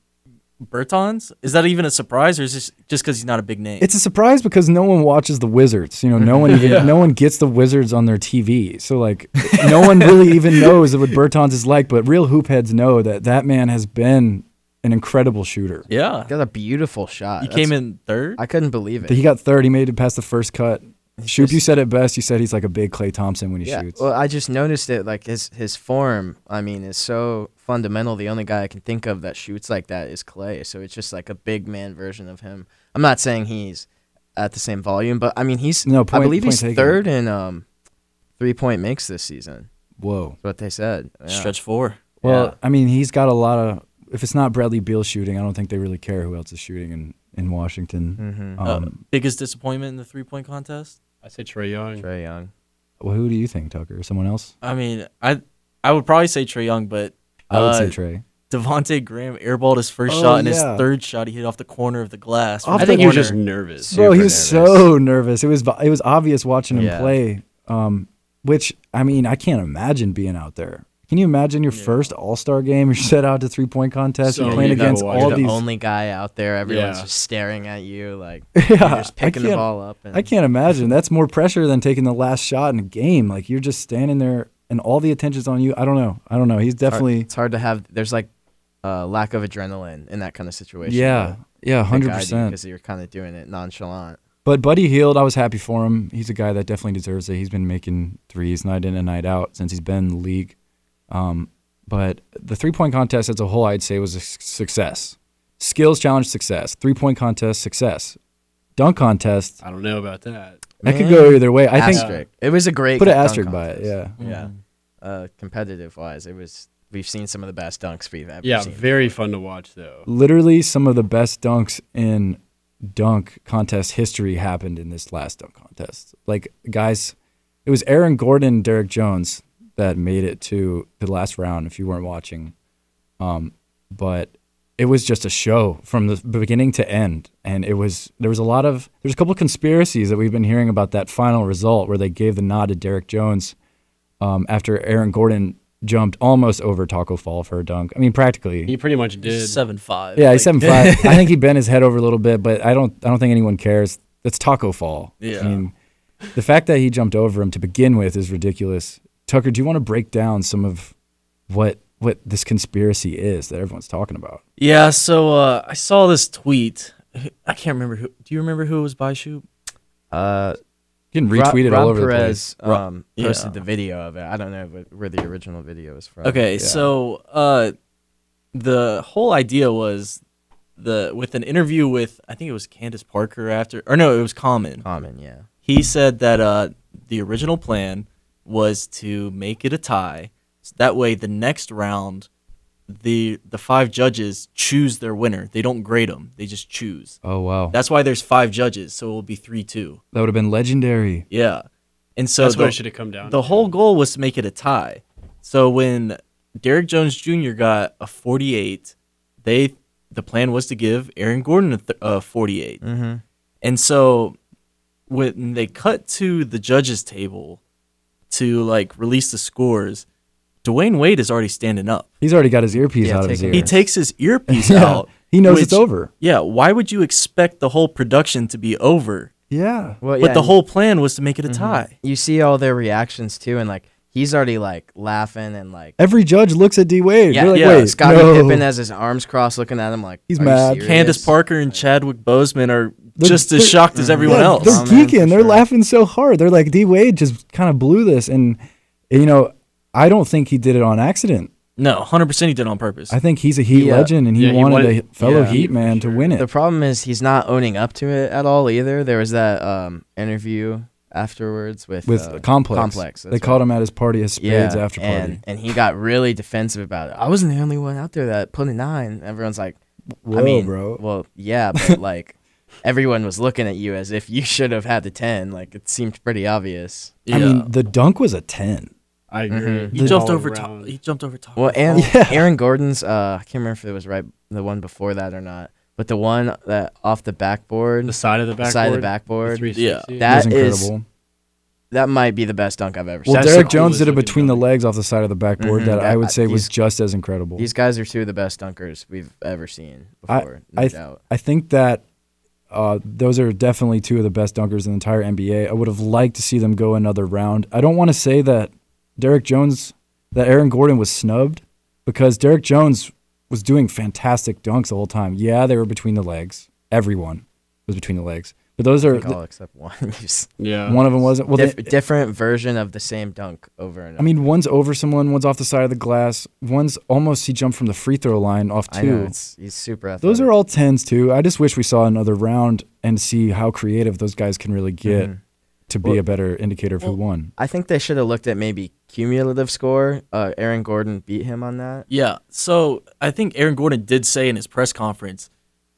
Speaker 5: Bertans. Is that even a surprise, or is this just because he's not a big name?
Speaker 2: It's a surprise because no one watches the Wizards. You know, no one even,
Speaker 5: Yeah.
Speaker 2: no one gets the Wizards on their TV. So like, no one really even knows what Bertans is like. But real hoop heads know that that man has been an incredible shooter.
Speaker 5: yeah.
Speaker 4: Got a beautiful shot.
Speaker 5: You
Speaker 4: That's-
Speaker 5: came in third.
Speaker 4: I couldn't believe it.
Speaker 2: He got third. He made it past the first cut.
Speaker 4: It's
Speaker 2: Shoop, you
Speaker 4: just-
Speaker 2: said it best. You said he's like a big Clay Thompson when he shoots.
Speaker 4: Well, I just noticed it. Like his his form, I mean, is so fundamental. The only guy I can think of that shoots like that is Clay. So it's just like a big man version of him. I'm not saying he's at the same volume, but I mean he's.
Speaker 2: No, point-
Speaker 4: I believe
Speaker 2: point
Speaker 4: he's
Speaker 2: taken.
Speaker 4: third in um, three point makes this season.
Speaker 2: Whoa.
Speaker 4: That's what they said. Yeah.
Speaker 5: Stretch four.
Speaker 2: Well,
Speaker 4: Yeah.
Speaker 2: I mean, he's got a lot of. If it's not Bradley Beal shooting, I don't think they really care who else is shooting in in Washington.
Speaker 4: Mm-hmm.
Speaker 5: Uh,
Speaker 2: Um,
Speaker 5: biggest disappointment in the three point contest?
Speaker 3: I say Trey Young.
Speaker 4: Trey Young.
Speaker 2: well, who do you think, Tucker? Someone else?
Speaker 5: I mean, I I would probably say Trey Young, but
Speaker 2: I would
Speaker 5: Uh,
Speaker 2: say Trey.
Speaker 5: Devonte Graham airballed his first
Speaker 2: Oh,
Speaker 5: shot and his
Speaker 2: yeah.
Speaker 5: third shot he hit off the corner of the glass. from
Speaker 2: Off
Speaker 3: I
Speaker 5: the
Speaker 3: think he was
Speaker 5: corner.
Speaker 3: just nervous.
Speaker 2: Bro, he
Speaker 4: super
Speaker 2: was
Speaker 4: nervous.
Speaker 2: so nervous. It was it was obvious watching him
Speaker 4: Yeah.
Speaker 2: play. Um, which I mean, I can't imagine being out there. I Can you imagine your first All Star game? You're set out to three point contest.
Speaker 3: So
Speaker 2: you're playing
Speaker 3: many
Speaker 2: against
Speaker 3: people
Speaker 2: all
Speaker 3: watching.
Speaker 4: the
Speaker 2: these.
Speaker 4: only guy out there. Everyone's
Speaker 3: Yeah.
Speaker 4: just staring at you, like
Speaker 2: Yeah,
Speaker 4: you're just
Speaker 2: I
Speaker 4: picking the
Speaker 2: can't-
Speaker 4: ball up. And
Speaker 2: I can't imagine. That's more pressure than taking the last shot in a game. Like you're just standing there and all the attention's on you. I don't know. I don't know. He's
Speaker 4: it's hard-
Speaker 2: definitely.
Speaker 4: It's hard to have. There's like uh, lack of adrenaline in that kind of situation.
Speaker 2: Yeah. Yeah. Hundred percent.
Speaker 4: Because you're kind of doing it nonchalant.
Speaker 2: But Buddy Healed, I was happy for him. He's a guy that definitely deserves it. He's been making threes night in and night out since he's been in the league. Um, but the three point contest as a whole, I'd say, was a s- success. Skills challenge, success. Three point contest, success. Dunk contest,
Speaker 3: I don't know about that.
Speaker 2: that
Speaker 5: Mm.
Speaker 2: could go either way. I
Speaker 4: asterisk.
Speaker 2: think
Speaker 4: it was a great.
Speaker 2: put an
Speaker 4: dunk
Speaker 2: asterisk by it.
Speaker 4: contest.
Speaker 2: Yeah.
Speaker 4: Yeah.
Speaker 5: Mm.
Speaker 4: Uh, competitive wise, it was. We've seen some of the best dunks we've ever
Speaker 3: Yeah,
Speaker 4: seen.
Speaker 3: very fun to watch though.
Speaker 2: Literally, some of the best dunks in dunk contest history happened in this last dunk contest. Like, guys, it was Aaron Gordon, and Derek Jones that made it to the last round, if you weren't watching. Um, but it was just a show from the beginning to end. And it was, there was a lot of, there's a couple conspiracies that we've been hearing about that final result where they gave the nod to Derek Jones um, after Aaron Gordon jumped almost over Taco Fall for a dunk. I mean, practically.
Speaker 3: He pretty much did.
Speaker 5: seven five.
Speaker 2: Yeah,
Speaker 5: like,
Speaker 2: he's seven five. I think he bent his head over a little bit, but I don't. I don't think anyone cares. That's Taco Fall.
Speaker 5: Yeah.
Speaker 2: I mean, the fact that he jumped over him to begin with is ridiculous. Tucker, do you want to break down some of what what this conspiracy is that everyone's talking about?
Speaker 5: Yeah, so uh, I saw this tweet. I can't remember who. Do you remember who it was by Shoot?
Speaker 4: Uh,
Speaker 2: You can
Speaker 4: Rob-
Speaker 2: retweet it
Speaker 4: Rob
Speaker 2: all over
Speaker 4: Perez,
Speaker 5: place. Ro-
Speaker 4: Um, posted
Speaker 5: yeah.
Speaker 4: the video of it. I don't know wh- where the original video is from.
Speaker 5: Okay, so uh, the whole idea was the with an interview with I think it was Candace Parker after, or no, it was Common.
Speaker 4: Common, yeah.
Speaker 5: He said that uh, the original plan was to make it a tie. So that way, the next round, the the five judges choose their winner. They don't grade them; they just choose.
Speaker 2: the place. Oh wow,
Speaker 5: That's why there's five judges, so it will be three two.
Speaker 2: that would have been legendary.
Speaker 5: Yeah, and so
Speaker 3: That's
Speaker 5: the-
Speaker 3: what it should have come down.
Speaker 5: the
Speaker 3: to.
Speaker 5: whole goal was to make it a tie. So when Derek Jones Jr. got a 48, they the plan was to give Aaron Gordon a, th- a 48.
Speaker 2: Mm-hmm.
Speaker 4: Mhm.
Speaker 5: And so when they cut to the judges table to like release the scores, Dwayne Wade is already standing up.
Speaker 2: He's already got his earpiece
Speaker 4: Yeah,
Speaker 2: out of
Speaker 4: take
Speaker 2: his
Speaker 4: it.
Speaker 2: ear.
Speaker 5: He takes his earpiece
Speaker 2: Yeah,
Speaker 5: out.
Speaker 2: he knows it's
Speaker 5: which-
Speaker 2: over.
Speaker 5: Yeah, why would you expect the whole production to be over?
Speaker 2: Yeah, Mm-hmm.
Speaker 4: Well,
Speaker 5: but the
Speaker 4: and
Speaker 5: whole plan was to make it a tie.
Speaker 4: you see all their reactions too, and like he's already like laughing and like
Speaker 2: every judge looks at D Wade.
Speaker 4: yeah,
Speaker 2: They're like,
Speaker 4: yeah.
Speaker 2: Wait,
Speaker 4: Scottie
Speaker 2: no.
Speaker 4: Pippen has his arms crossed, looking at him like
Speaker 2: He's
Speaker 4: "Are you
Speaker 2: mad."
Speaker 4: serious?"
Speaker 5: Candace Parker and Chadwick Boseman are
Speaker 2: They're-
Speaker 5: just as
Speaker 2: they're-
Speaker 5: shocked as everyone
Speaker 2: Yeah,
Speaker 5: else.
Speaker 2: They're
Speaker 4: Oh, man,
Speaker 2: geeking.
Speaker 4: for
Speaker 2: they're
Speaker 4: sure.
Speaker 2: laughing so hard. They're like, D Wade just kind of blew this, and you know, I don't think he did it on accident.
Speaker 5: No, hundred percent, he did it on purpose.
Speaker 2: I think he's a Heat
Speaker 4: Yeah.
Speaker 2: legend, and he
Speaker 3: Yeah, he
Speaker 2: wanted
Speaker 3: wanted-
Speaker 2: a fellow
Speaker 3: yeah.
Speaker 2: Heat man to win it.
Speaker 4: The problem is he's not owning up to it at all either. There was that um, interview afterwards with
Speaker 2: with
Speaker 4: uh,
Speaker 2: complex,
Speaker 4: Complex.
Speaker 2: they
Speaker 4: that's right.
Speaker 2: called him at his party, his spades after party.
Speaker 4: And, and he got really defensive about it. I wasn't the only one out there that put a nine. Everyone's like, I
Speaker 2: Whoa,
Speaker 4: mean,
Speaker 2: bro.
Speaker 4: Well, yeah, but like everyone was looking at you as if you should have had the 10. Like it seemed pretty obvious.
Speaker 5: yeah.
Speaker 2: I mean, the dunk was a ten.
Speaker 3: I agree.
Speaker 4: Mhm.
Speaker 5: he jumped
Speaker 3: All
Speaker 5: over top.
Speaker 3: around.
Speaker 5: He jumped over top.
Speaker 4: Well,
Speaker 5: of
Speaker 4: and
Speaker 5: all-
Speaker 4: Aaron Gordon's, uh, I can't remember if it was right, the one before that or not, but the one that off the backboard,
Speaker 3: the side of the
Speaker 4: the
Speaker 3: backboard.
Speaker 4: side of the backboard,
Speaker 3: 360.
Speaker 5: Yeah.
Speaker 4: That
Speaker 2: it was
Speaker 4: is-
Speaker 2: incredible.
Speaker 4: that might be the best dunk I've ever
Speaker 2: Well,
Speaker 3: that's
Speaker 4: seen.
Speaker 3: the
Speaker 2: Derek Jones
Speaker 3: coolest
Speaker 2: did it
Speaker 3: looking
Speaker 2: between the
Speaker 3: dunk.
Speaker 2: legs off the side of the backboard
Speaker 4: Mhm.
Speaker 2: that I
Speaker 4: Yeah,
Speaker 2: would
Speaker 4: I-
Speaker 2: say was
Speaker 4: these-
Speaker 2: just as incredible.
Speaker 4: These guys are two of the best dunkers we've ever seen
Speaker 2: I-
Speaker 4: before, no
Speaker 2: I th-
Speaker 4: doubt.
Speaker 2: I think that uh, those are definitely two of the best dunkers in the entire NBA. I would have liked to see them go another round. I don't want to say that Derek Jones, that Aaron Gordon was snubbed because Derek Jones was doing fantastic dunks the whole time. Yeah, they were between the legs. Everyone was between the legs. But those
Speaker 4: I
Speaker 2: are
Speaker 4: think all except one. Just
Speaker 3: Yeah.
Speaker 2: one of them wasn't. Well,
Speaker 4: diff-
Speaker 2: they-
Speaker 4: different version of the same dunk over and over.
Speaker 2: I mean, one's over someone, one's off the side of the glass, one's almost he jumped from the free throw line off two.
Speaker 4: I know it's he's super athletic.
Speaker 2: Those are all tens too. I just wish we saw another round and see how creative those guys can really get
Speaker 4: Mhm.
Speaker 2: to be
Speaker 4: Well-
Speaker 2: a better indicator of who won.
Speaker 4: I think they should have looked at maybe cumulative score. Uh, Aaron Gordon beat him on that.
Speaker 5: yeah. So I think Aaron Gordon did say in his press conference,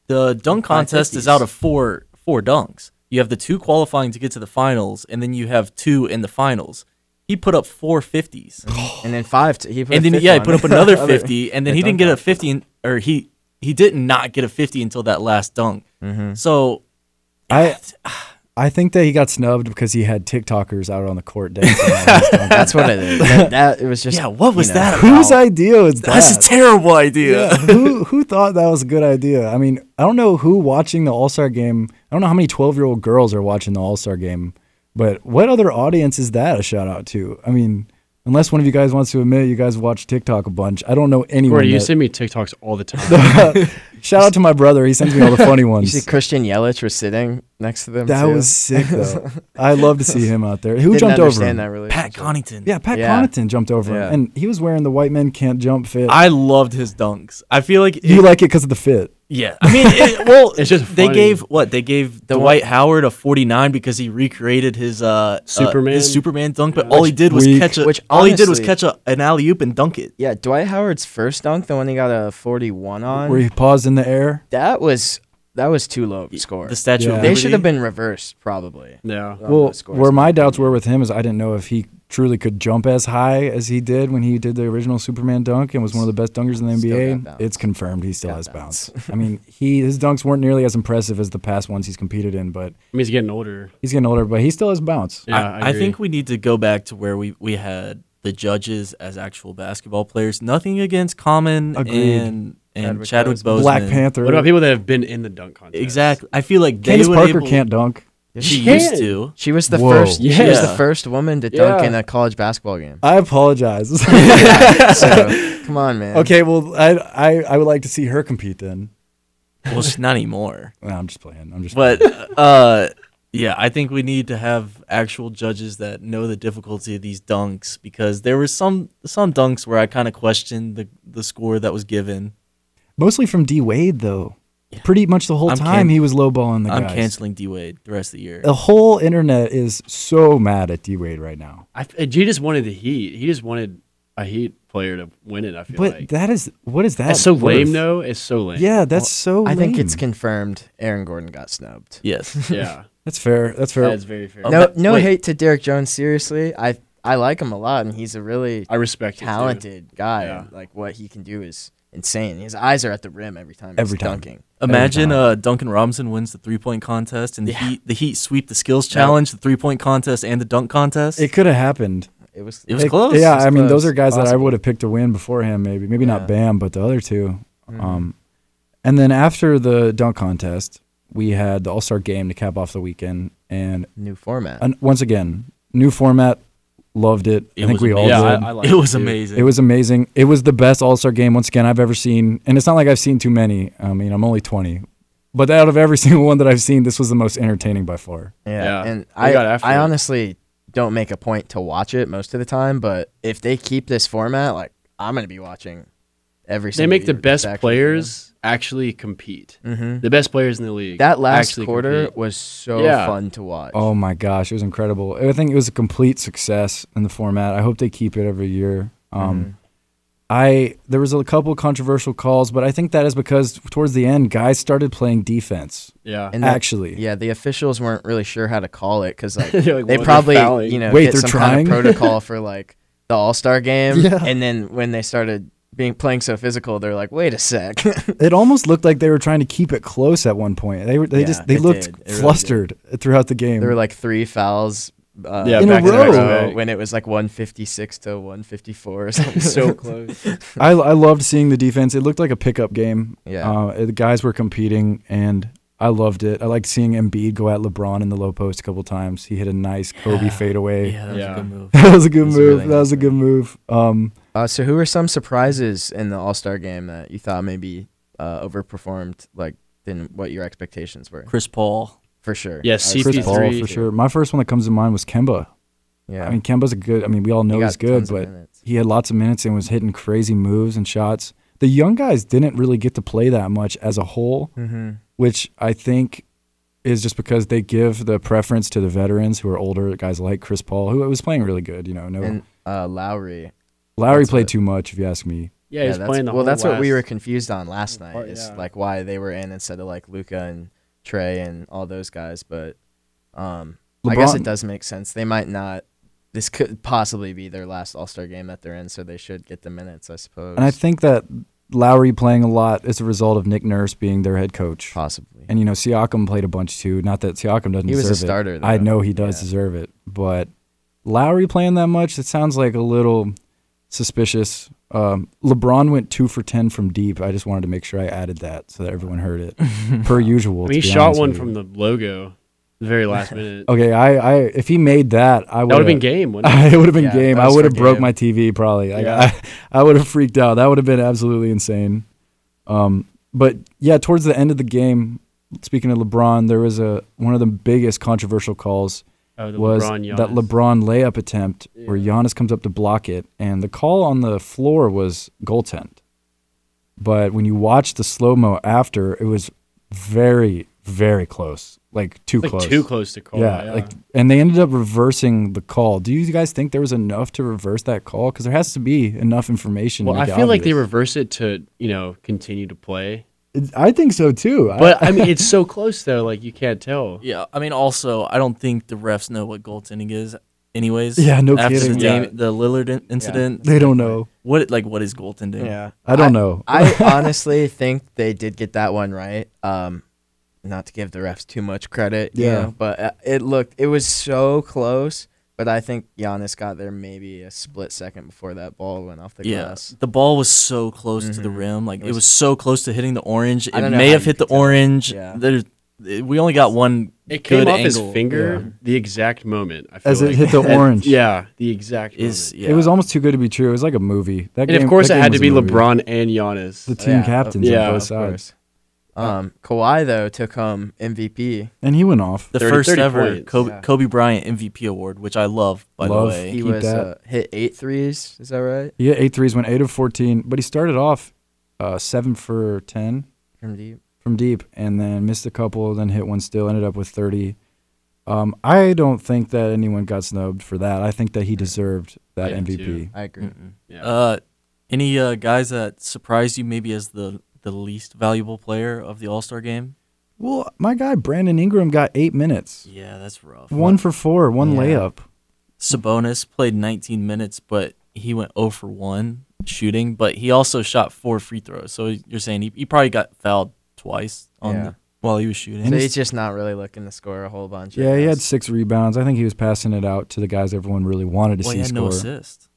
Speaker 5: the dunk contest is
Speaker 4: 50s.
Speaker 5: out of four four dunks. You have the two qualifying to get to the finals, and then you have two in the finals. He put up four fifties,
Speaker 4: And then five. T- he put
Speaker 5: and
Speaker 4: a
Speaker 5: then
Speaker 4: fifth
Speaker 5: yeah, he
Speaker 4: on
Speaker 5: put up
Speaker 4: it.
Speaker 5: another fifty, and then
Speaker 4: the
Speaker 5: he didn't
Speaker 4: dunk
Speaker 5: get a
Speaker 4: contest.
Speaker 5: fifty, in- or he he did not get a fifty until that last dunk. So
Speaker 2: I I think that he got snubbed because he had TikTokers out on the court dancing. on his content.
Speaker 4: That's what it is. That, that- it was just.
Speaker 5: Yeah, what
Speaker 4: you
Speaker 5: was
Speaker 4: know,
Speaker 5: that?
Speaker 2: Whose
Speaker 5: about?
Speaker 2: idea was that?
Speaker 5: That's a terrible idea.
Speaker 2: who who thought that was a good idea? I mean, I don't know who watching the All Star game. I don't know how many twelve year old girls are watching the All Star game, but what other audience is that a shout out to? I mean, unless one of you guys wants to admit you guys watch TikTok a bunch, I don't know anyone.
Speaker 3: Corey, you
Speaker 2: that-
Speaker 3: send me TikToks all the time.
Speaker 2: shout out to my brother. He sends me all the funny
Speaker 4: You see,
Speaker 2: ones.
Speaker 4: Christian Yelich was sitting next to them.
Speaker 2: That
Speaker 4: too.
Speaker 2: was sick though. I love to see him out there. Who
Speaker 4: Didn't
Speaker 2: jumped over him?
Speaker 4: understand that really.
Speaker 5: Pat Connington.
Speaker 2: Yeah, Pat
Speaker 4: Yeah.
Speaker 2: Connaughton jumped over
Speaker 4: Yeah.
Speaker 2: him, and he was wearing the white men can't jump fit.
Speaker 5: I loved his dunks. I feel like
Speaker 2: you
Speaker 5: it-
Speaker 2: like it because of the fit.
Speaker 5: Yeah, I mean, it, well,
Speaker 3: It's just
Speaker 5: they
Speaker 3: funny.
Speaker 5: gave what they gave Dwight Howard a 49 because he recreated his uh uh,
Speaker 3: Superman.
Speaker 5: his Superman dunk, but all he did was
Speaker 2: Weak.
Speaker 5: catch a
Speaker 4: Which
Speaker 5: all he did was
Speaker 4: honestly-
Speaker 5: catch a, an alley oop and dunk it.
Speaker 4: Yeah, Dwight Howard's first dunk, the one he got a 41 on.
Speaker 2: Where he paused in the air.
Speaker 4: that was that was too low of a score.
Speaker 5: The Statue
Speaker 2: Yeah.
Speaker 5: of
Speaker 4: They
Speaker 5: Liberty.
Speaker 4: should have been reversed, probably.
Speaker 3: yeah.
Speaker 4: on
Speaker 2: Well,
Speaker 4: those scores.
Speaker 2: where my doubts were with him is I didn't know if he truly could jump as high as he did when he did the original Superman dunk and was one of the best dunkers in the
Speaker 4: Still got
Speaker 2: NBA.
Speaker 4: bounce.
Speaker 2: It's confirmed he still
Speaker 4: Got
Speaker 2: has bounce.
Speaker 4: bounce.
Speaker 2: I mean, he his dunks weren't nearly as impressive as the past ones he's competed in, but
Speaker 3: I mean, he's getting older.
Speaker 2: he's getting older, but he still has bounce.
Speaker 3: Yeah, I,
Speaker 5: I, I
Speaker 3: agree.
Speaker 5: think we need to go back to where we we had the judges as actual basketball players. Nothing against Common
Speaker 2: Agreed.
Speaker 5: and and
Speaker 4: Chadwick
Speaker 5: Chadwick Boseman.
Speaker 2: Black Panther.
Speaker 3: What about people that have been in the dunk contest?
Speaker 5: Exactly. I feel like
Speaker 2: Candace
Speaker 5: they were
Speaker 2: Parker
Speaker 5: able-
Speaker 2: can't dunk.
Speaker 5: She
Speaker 3: She
Speaker 5: used
Speaker 3: can.
Speaker 5: to.
Speaker 4: She was the
Speaker 2: Whoa.
Speaker 4: first. She was the
Speaker 5: Yeah.
Speaker 4: first woman to dunk
Speaker 3: Yeah.
Speaker 4: in a college basketball game.
Speaker 2: I apologize.
Speaker 4: So come on, man.
Speaker 2: okay, well, I, I I would like to see her compete then.
Speaker 5: Well, she's not anymore.
Speaker 2: No, I'm just playing. I'm just.
Speaker 5: But uh, yeah, I think we need to have actual judges that know the difficulty of these dunks because there were some some dunks where I kind of questioned the the score that was given.
Speaker 2: mostly from D Wade though. Pretty much the whole
Speaker 5: I'm
Speaker 2: time
Speaker 5: can-
Speaker 2: he was lowballing the
Speaker 5: I'm
Speaker 2: guys.
Speaker 5: canceling D Wade the rest of the year.
Speaker 2: The whole internet is so mad at D Wade right now.
Speaker 3: I, he just wanted the heat. He just wanted a heat player to win it. I feel
Speaker 2: But
Speaker 3: like
Speaker 2: that is what is that?
Speaker 3: that's so
Speaker 2: worth?
Speaker 3: lame, though. It's so lame.
Speaker 2: Yeah, that's so.
Speaker 4: I think it's
Speaker 2: lame.
Speaker 4: confirmed. Aaron Gordon got snubbed.
Speaker 5: Yes.
Speaker 3: yeah.
Speaker 2: that's fair. That's fair.
Speaker 3: That's very fair.
Speaker 5: Oh,
Speaker 4: No,
Speaker 5: but
Speaker 4: no
Speaker 5: wait.
Speaker 4: hate to Derek Jones. Seriously, I I like him a lot, and he's a really
Speaker 3: I respect it, too.
Speaker 4: talented guy.
Speaker 3: Yeah.
Speaker 4: Like what he can do is insane. His eyes are at the rim every time.
Speaker 2: Every
Speaker 4: he's
Speaker 2: time.
Speaker 4: dunking.
Speaker 5: Imagine
Speaker 2: time.
Speaker 5: uh, Duncan Robinson wins the three point contest and the Heat the Heat sweep the skills challenge, the three point contest, and the dunk contest.
Speaker 2: it
Speaker 5: It,
Speaker 2: could have happened.
Speaker 4: It was.
Speaker 5: was
Speaker 2: It-
Speaker 5: close.
Speaker 2: Yeah,
Speaker 4: It's
Speaker 2: I mean, those
Speaker 4: close.
Speaker 2: are guys that I
Speaker 4: Possible.
Speaker 2: would have picked to win before him. Maybe, maybe
Speaker 4: Yeah. Mm-hmm.
Speaker 2: not Bam, but the other 2 Um, and then after the dunk contest, we had the All Star game to cap off the weekend, and
Speaker 4: New format.
Speaker 2: and once again, new format. Loved it.
Speaker 5: It
Speaker 2: I think
Speaker 5: was
Speaker 2: we all
Speaker 5: amazing.
Speaker 3: Yeah,
Speaker 2: did.
Speaker 3: I, I like
Speaker 5: It was
Speaker 3: too.
Speaker 5: amazing.
Speaker 2: It was amazing. It was the best All Star game once again I've ever seen, and it's not like I've seen too many. I mean, I'm only 20, but out of every single one that I've seen, this was the most entertaining by far.
Speaker 4: Yeah,
Speaker 3: Yeah.
Speaker 4: and
Speaker 3: We
Speaker 4: I
Speaker 3: got after
Speaker 4: I
Speaker 3: it.
Speaker 4: honestly don't make a point to watch it most of the time, but if they keep this format, like I'm gonna be watching every.
Speaker 3: They
Speaker 4: single
Speaker 3: make the
Speaker 4: year
Speaker 3: best
Speaker 4: back from
Speaker 3: players actually compete.
Speaker 4: them. Mhm.
Speaker 3: The best players in the league.
Speaker 4: That last
Speaker 3: actually
Speaker 4: quarter
Speaker 3: compete.
Speaker 4: was so
Speaker 3: Yeah.
Speaker 4: fun to watch.
Speaker 2: Oh my gosh, it was incredible. I think it was a complete success in the format. I hope they keep it every year. Um,
Speaker 4: Mm-hmm.
Speaker 2: I there was a couple controversial calls, but I think that is because towards the end, guys started playing defense.
Speaker 3: Yeah.
Speaker 4: And that-
Speaker 2: actually.
Speaker 4: yeah, the officials weren't really sure how to call it because like,
Speaker 3: They're like, "Well,
Speaker 4: they
Speaker 3: they're
Speaker 4: probably
Speaker 3: fouling."
Speaker 4: you know
Speaker 2: Wait,
Speaker 4: get
Speaker 2: they're
Speaker 4: some
Speaker 2: trying?
Speaker 4: kind of protocol for like the All Star game,
Speaker 2: Yeah.
Speaker 4: and then when they started being playing so physical, they're like, wait a sec.
Speaker 2: It almost looked like they were trying to keep it close at one point. They were they
Speaker 4: Yeah,
Speaker 2: just they
Speaker 4: it
Speaker 2: looked
Speaker 4: did. It really did.
Speaker 2: flustered throughout the game.
Speaker 4: there were like three fouls. Uh,
Speaker 3: Yeah,
Speaker 2: In a back to row.
Speaker 3: back.
Speaker 4: when it was like 156 to 154 or something.
Speaker 3: so close.
Speaker 2: I, I loved seeing the defense. It looked like a pickup game.
Speaker 4: Yeah.
Speaker 2: Uh, the guys were competing, and I loved it. I liked seeing Embiid go at LeBron in the low post a couple times. He hit a nice Kobe fadeaway.
Speaker 5: yeah, that was
Speaker 3: Yeah.
Speaker 5: a good move.
Speaker 2: That was a good
Speaker 4: was a
Speaker 2: move.
Speaker 4: really
Speaker 2: that
Speaker 4: nice
Speaker 2: was a good move. Um,
Speaker 4: uh, so, who were some surprises in the All Star game that you thought maybe uh, overperformed, like than what your expectations were?
Speaker 5: Chris Paul.
Speaker 4: For sure.
Speaker 3: Yeah,
Speaker 4: I would say
Speaker 2: Chris
Speaker 3: CP3.
Speaker 2: Paul for sure. My first one that comes to mind was Kemba.
Speaker 4: Yeah.
Speaker 2: I mean, Kemba's a good. I mean, we all know
Speaker 4: He
Speaker 2: he's
Speaker 4: got
Speaker 2: good,
Speaker 4: tons of
Speaker 2: but
Speaker 4: minutes.
Speaker 2: he had lots of minutes and was hitting crazy moves and shots. The young guys didn't really get to play that much as a whole,
Speaker 4: Mm-hmm.
Speaker 2: which I think is just because they give the preference to the veterans who are older, guys like Chris Paul, who was playing really good. You know, no
Speaker 4: and uh, Lowry.
Speaker 2: Lowry
Speaker 4: that's
Speaker 2: played
Speaker 4: what-
Speaker 2: too much, if you ask me.
Speaker 3: Yeah, he's
Speaker 4: that's,
Speaker 3: playing the
Speaker 4: well,
Speaker 3: whole
Speaker 4: that's what we
Speaker 3: last-
Speaker 4: were confused on last night.
Speaker 3: part,
Speaker 4: is
Speaker 3: yeah.
Speaker 4: like why they were in instead of like Luca and Trey and all those guys. But um, I guess
Speaker 2: LeBron-
Speaker 4: it does make sense. They might not. This could possibly be their last All Star game that they're in, so they should get the minutes, I suppose.
Speaker 2: And I think that Lowry playing a lot as a result of Nick Nurse being their head coach.
Speaker 4: possibly.
Speaker 2: And you know, Siakam played a bunch too. Not that Siakam doesn't
Speaker 4: He was
Speaker 2: deserve
Speaker 4: a
Speaker 2: it.
Speaker 4: starter,
Speaker 2: I
Speaker 4: though.
Speaker 2: know he does
Speaker 4: Yeah.
Speaker 2: deserve it, but Lowry playing that much, it sounds like a little suspicious. Um, LeBron went two for ten from deep. I just wanted to make sure I added that so that everyone heard it. per usual.
Speaker 3: I mean, he
Speaker 2: to be
Speaker 3: shot
Speaker 2: honest
Speaker 3: one
Speaker 2: with you. Oh,
Speaker 3: from the logo, the very last minute.
Speaker 2: Okay, I, I if he made that, I
Speaker 3: That would
Speaker 2: would
Speaker 3: have been game. Wouldn't it?
Speaker 2: I, it would have been
Speaker 4: Yeah,
Speaker 2: game.
Speaker 4: that
Speaker 2: I
Speaker 4: was
Speaker 2: would have
Speaker 4: for
Speaker 2: broke
Speaker 4: game.
Speaker 2: my TV probably. Like,
Speaker 3: Yeah.
Speaker 2: I, I would have freaked out. That would have been absolutely insane. Um, but yeah, towards the end of the game, speaking of LeBron, there was a one of the biggest controversial calls
Speaker 3: Oh, the
Speaker 2: was
Speaker 3: LeBron
Speaker 2: that
Speaker 3: Giannis.
Speaker 2: LeBron layup attempt where
Speaker 3: Yeah.
Speaker 2: Giannis comes up to block it, and the call on the floor was goaltend. But when you watch the slow mo after, it was very, very close. Like too
Speaker 3: like
Speaker 2: close.
Speaker 3: too close to call.
Speaker 2: Yeah, like, and they ended up reversing the call. Do you guys think there was enough to reverse that call? Because there has to be enough information. to
Speaker 3: well, I
Speaker 2: make it
Speaker 3: feel like they
Speaker 2: obvious.
Speaker 3: reverse it to you know continue to play,
Speaker 2: I think so too. I-
Speaker 3: but I mean it's so close though, like you can't tell.
Speaker 5: Yeah, I mean, also, I don't think the refs know what goaltending is, anyways.
Speaker 2: Yeah, no
Speaker 5: After
Speaker 2: kidding.
Speaker 5: The,
Speaker 2: Yeah.
Speaker 5: Dame- the Lillard in- incident,
Speaker 2: they don't know.
Speaker 5: what like what is goaltending?
Speaker 4: Yeah.
Speaker 2: I don't know.
Speaker 4: I honestly think they did get that one right. Um, not to give the refs too much credit, you
Speaker 2: Yeah.
Speaker 4: know, but uh, it looked it was so close. But I think Giannis got there maybe a split second before that ball went off the
Speaker 5: Yeah,
Speaker 4: glass. Mm-hmm.
Speaker 5: the ball was so close to the rim. Like it was, so close to hitting the orange. It
Speaker 4: I don't know
Speaker 5: may
Speaker 4: how
Speaker 5: have
Speaker 4: you
Speaker 5: hit the
Speaker 4: could tell.
Speaker 5: orange.
Speaker 4: Yeah.
Speaker 5: There's, it- we only got one.
Speaker 3: It came
Speaker 5: good
Speaker 3: off
Speaker 5: angle.
Speaker 3: his finger the exact moment. I feel
Speaker 2: As it
Speaker 3: like.
Speaker 2: hit the
Speaker 3: And-
Speaker 2: orange.
Speaker 3: yeah, the exact.
Speaker 5: Is
Speaker 3: moment.
Speaker 5: yeah.
Speaker 2: It was almost too good to be true. It was like a movie. That
Speaker 3: And
Speaker 2: game,
Speaker 3: of course,
Speaker 2: that
Speaker 3: it
Speaker 2: game
Speaker 3: had
Speaker 2: was
Speaker 3: to
Speaker 2: a
Speaker 3: be
Speaker 2: movie.
Speaker 3: LeBron and Giannis.
Speaker 2: The team
Speaker 4: Yeah,
Speaker 2: captains
Speaker 3: yeah,
Speaker 2: on both
Speaker 3: of
Speaker 2: sides,
Speaker 4: Um, Kawhi though took um, home MVP.
Speaker 2: and he went off.
Speaker 5: the
Speaker 3: 30
Speaker 5: first
Speaker 3: 30
Speaker 5: ever
Speaker 3: points.
Speaker 5: Kobe,
Speaker 4: Yeah.
Speaker 5: Kobe Bryant MVP award, which I love. By
Speaker 2: Love.
Speaker 5: the way,
Speaker 4: He
Speaker 2: Keep
Speaker 4: was
Speaker 2: that.
Speaker 4: uh, hit eight threes. Is that right?
Speaker 2: He had eight threes, went eight of fourteen, but he started off uh, seven for ten
Speaker 4: From deep.
Speaker 2: from deep, and then missed a couple, then hit one still, ended up with thirty. Um, I don't think that anyone got snubbed for that. I think that he deserved that
Speaker 3: Yeah,
Speaker 2: MVP.
Speaker 3: too.
Speaker 4: I agree.
Speaker 5: Mm-mm.
Speaker 3: Yeah.
Speaker 5: Uh, any uh, guys that surprised you maybe as the the least valuable player of the All Star game?
Speaker 2: Well, my guy Brandon Ingram got eight minutes,
Speaker 5: Yeah, that's rough.
Speaker 2: one for four, one
Speaker 4: Yeah.
Speaker 2: layup.
Speaker 5: Sabonis played 19 minutes, but he went 0 for 1 shooting, but he also shot four free throws. So you're saying he, he probably got fouled twice on
Speaker 4: Yeah.
Speaker 5: the, while he was shooting.
Speaker 4: So
Speaker 2: And
Speaker 4: he's just not really looking to score a whole bunch. I
Speaker 2: Yeah, he had
Speaker 4: guess.
Speaker 2: six rebounds. I think he was passing it out to the guys everyone really wanted to
Speaker 5: well,
Speaker 2: see
Speaker 5: he had
Speaker 2: score.
Speaker 5: no assist.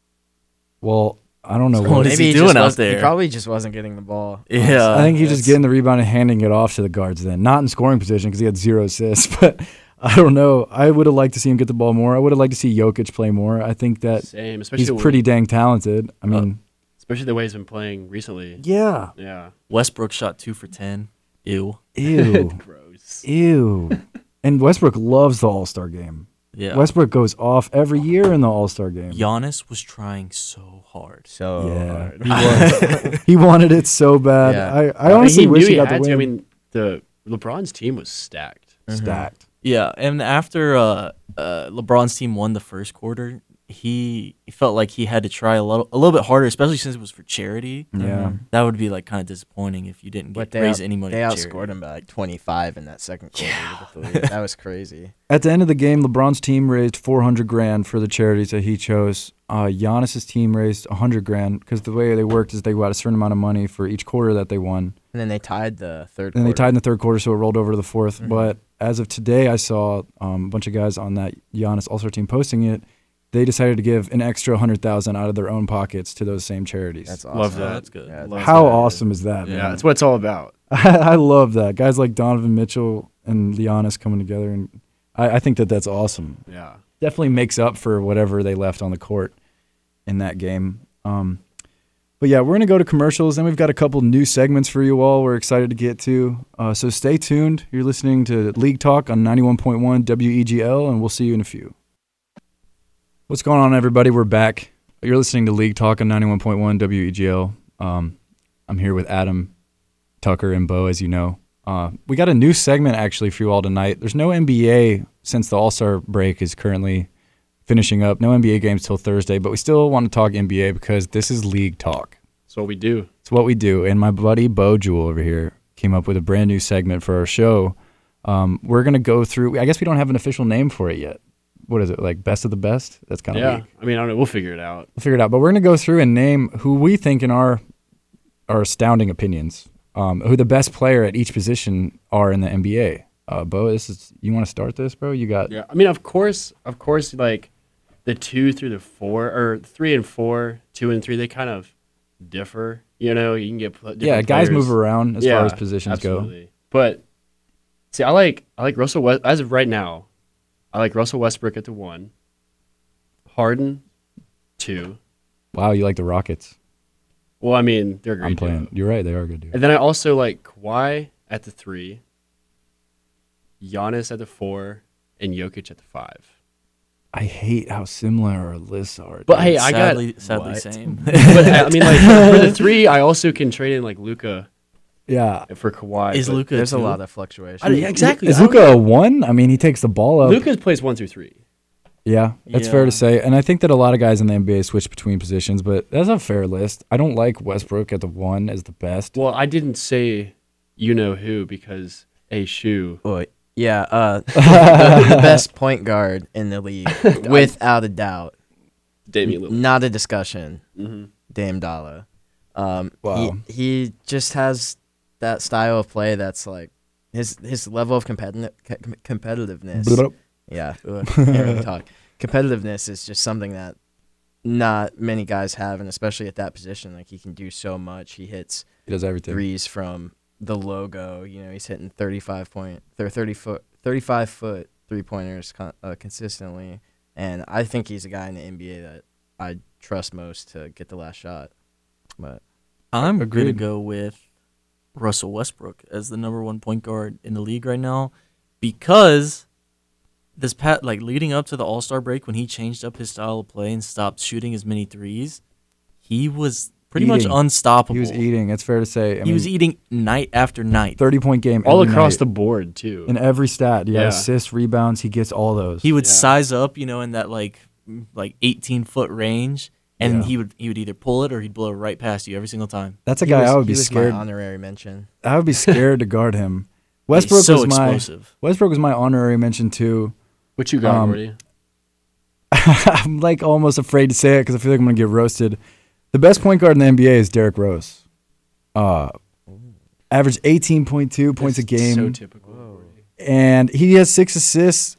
Speaker 2: Well, I don't know.
Speaker 5: So
Speaker 2: what
Speaker 5: what is he
Speaker 4: just
Speaker 5: doing out
Speaker 4: wasn't-
Speaker 5: there?
Speaker 4: He probably just wasn't getting the ball.
Speaker 5: Yeah,
Speaker 2: I think he's
Speaker 4: that's-
Speaker 2: just getting the rebound and handing it off to the guards then. Not in scoring position because he had zero assists, but I don't know. I would have liked to see him get the ball more. I would have liked to see Jokic play more. I think that
Speaker 3: Same, especially
Speaker 2: he's
Speaker 3: when-
Speaker 2: pretty dang talented. I mean,
Speaker 3: especially the way he's been playing recently.
Speaker 2: yeah.
Speaker 3: Yeah,
Speaker 5: Westbrook shot 2 for 10. Ew.
Speaker 2: Ew.
Speaker 3: gross.
Speaker 2: Ew. And Westbrook loves the All Star game.
Speaker 5: Yeah.
Speaker 2: Westbrook goes off every year in the All Star game.
Speaker 5: Giannis was trying so uh, hard.
Speaker 4: So
Speaker 2: Yeah.
Speaker 4: hard.
Speaker 2: He, was. he wanted it so bad.
Speaker 4: Yeah.
Speaker 2: I, I
Speaker 3: mean,
Speaker 2: honestly
Speaker 3: he
Speaker 2: wish
Speaker 3: knew
Speaker 2: he got the
Speaker 3: had
Speaker 2: win.
Speaker 3: to. I mean, uh-huh. the LeBron's team was stacked.
Speaker 2: Stacked.
Speaker 5: Yeah, and after uh, uh, LeBron's team won the first quarter, he felt like he had to try a little a little bit harder, especially since it was for charity.
Speaker 3: Uh-huh.
Speaker 2: Yeah.
Speaker 5: That would be like kind of disappointing if you didn't
Speaker 4: But
Speaker 5: get,
Speaker 4: they
Speaker 5: raise
Speaker 4: out-
Speaker 5: any money.
Speaker 4: They
Speaker 5: for charity.
Speaker 4: outscored him by like 25 in that second quarter. to get the lead. That was crazy.
Speaker 2: At the end of the game, LeBron's team raised 400 grand for the charities that he chose. Uh, Giannis's team raised 100 grand because the way they worked is they got a certain amount of money for each quarter that they won.
Speaker 4: And then they tied the third.
Speaker 2: And then they
Speaker 4: quarter.
Speaker 2: tied in the third quarter, so it rolled over to the 4th But as of today, I saw um, a bunch of guys on that Giannis All Star team posting it. They decided to give an extra 100,000 out of their own pockets to those same charities.
Speaker 4: That's awesome.
Speaker 3: Love
Speaker 5: Oh,
Speaker 3: that.
Speaker 5: that's good.
Speaker 4: Yeah,
Speaker 3: Love
Speaker 2: How
Speaker 3: that.
Speaker 2: awesome is that,
Speaker 3: Yeah,
Speaker 2: man?
Speaker 3: that's what it's all about.
Speaker 2: I, I love that. Guys like Donovan Mitchell and Giannis coming together, and I, I think that that's awesome
Speaker 3: Yeah.
Speaker 2: definitely makes up for whatever they left on the court in that game. Um, but yeah, we're gonna go to commercials, and we've got a couple new segments for you all. We're excited to get to, uh, so stay tuned. You're listening to League Talk on 91.1 WEGL, E and we'll see you in a few. What's going on, everybody? We're back. You're listening to League Talk on 91.1 WEGL. E Um, I'm here with Adam, Tucker, and Bo, as you know. Uh, we got a new segment actually for you all tonight. There's no NBA since the All Star break is currently finishing up. No NBA games till Thursday, but we still want to talk NBA because this is league talk.
Speaker 3: That's what we do.
Speaker 2: It's what we do. And my buddy Bo Jewel over here came up with a brand new segment for our show. Um, we're gonna go through. I guess we don't have an official name for it yet. What is it like? Best of the best? That's kind of
Speaker 3: Yeah.
Speaker 2: weak
Speaker 3: I mean, I don't know. We'll figure it out.
Speaker 2: we'll figure it out. But we're gonna go through and name who we think in our are astounding opinions. Um, who the best player at each position are in the NBA? Uh, Bo, this is you want to start this, bro? You got
Speaker 3: Yeah, I mean, of course, of course, like the two through the four or three and four, two and three, they kind of differ. You know, you can get pl-
Speaker 2: yeah.
Speaker 3: different
Speaker 2: Guys
Speaker 3: players.
Speaker 2: move around as far as positions go.
Speaker 3: absolutely. But see, I like I like Russell West as of right now. I like Russell Westbrook at the one, Harden two.
Speaker 2: Wow, you like the Rockets?
Speaker 3: Well, I mean, they're a great.
Speaker 2: I'm playing.
Speaker 3: duo.
Speaker 2: You're right. They are a good. Dude.
Speaker 3: And then I also like Kawhi at the three, Giannis at the four, and Jokic at the five.
Speaker 2: I hate how similar our lists are.
Speaker 3: But
Speaker 2: dude.
Speaker 3: hey, I got
Speaker 5: sadly, sadly
Speaker 3: What?
Speaker 5: same.
Speaker 3: but I mean, like for the three, I also can trade in like Luca
Speaker 2: yeah.
Speaker 3: for Kawhi.
Speaker 5: Is
Speaker 3: but
Speaker 5: Luca?
Speaker 4: There's a
Speaker 5: two?
Speaker 4: lot of
Speaker 3: I
Speaker 4: fluctuation.
Speaker 3: don't- yeah, exactly.
Speaker 2: Is
Speaker 3: I don't-
Speaker 2: Luca a one? I mean, he takes the ball up.
Speaker 3: Luca plays one through three.
Speaker 2: Yeah, that's fair
Speaker 5: Yeah.
Speaker 2: to say. And I think that a lot of guys in the NBA switch between positions, but that's a fair list. I don't like Westbrook at the one as the best.
Speaker 3: Well, I didn't say you know who because a shoe.
Speaker 4: Boy, yeah, uh, the, the best point guard in the league, without a doubt.
Speaker 3: Damian Lillard.
Speaker 4: Not a discussion.
Speaker 3: mm-hmm.
Speaker 4: Dame Dalla. Um,
Speaker 2: Wow.
Speaker 4: He, he just has that style of play that's like his his level of competitive competitiveness.
Speaker 2: Blup.
Speaker 4: Yeah, ugh, can't really talk. Competitiveness is just something that not many guys have, and especially at that position, like he can do so much. He hits
Speaker 2: He does everything.
Speaker 4: threes from the logo. You know, he's hitting 35 point, thir- 30 foot, 35 foot three pointers con- uh, consistently. And I think he's a guy in the NBA that I trust most to get the last shot. But
Speaker 5: I'm gonna
Speaker 2: Agreed.
Speaker 5: go with Russell Westbrook as the number one point guard in the league right now, because this pat like leading up to the All Star break when he changed up his style of play and stopped shooting as many threes, he was pretty
Speaker 2: Eating.
Speaker 5: much unstoppable.
Speaker 2: He was eating. It's fair to say. I
Speaker 5: He was
Speaker 2: mean,
Speaker 5: eating night after night.
Speaker 2: thirty point game
Speaker 3: All
Speaker 2: every
Speaker 3: across
Speaker 2: night.
Speaker 3: the board too.
Speaker 2: in every stat. Yeah,
Speaker 3: Yeah.
Speaker 2: assists, rebounds. He gets all those.
Speaker 5: he would
Speaker 3: Yeah.
Speaker 5: size up, you know, in that like m- like 18 foot range, and
Speaker 2: Yeah.
Speaker 5: he would he would either pull it or he'd blow it right past you every single time.
Speaker 2: That's a
Speaker 4: he
Speaker 2: guy
Speaker 4: was-
Speaker 2: I would
Speaker 4: he
Speaker 2: be
Speaker 4: was
Speaker 2: scared.
Speaker 4: my honorary mention.
Speaker 2: I would be scared to guard him.
Speaker 5: He's
Speaker 2: Westbrook
Speaker 5: so
Speaker 2: was my
Speaker 5: explosive.
Speaker 2: Westbrook was my honorary mention too.
Speaker 3: what you got,
Speaker 2: um,
Speaker 3: Morty?
Speaker 2: I'm like almost afraid to say it because I feel like I'm gonna get roasted. The best point guard in the NBA is Derrick Rose. Uh, average 18.2 points a game,
Speaker 3: So typical.
Speaker 2: and he has six assists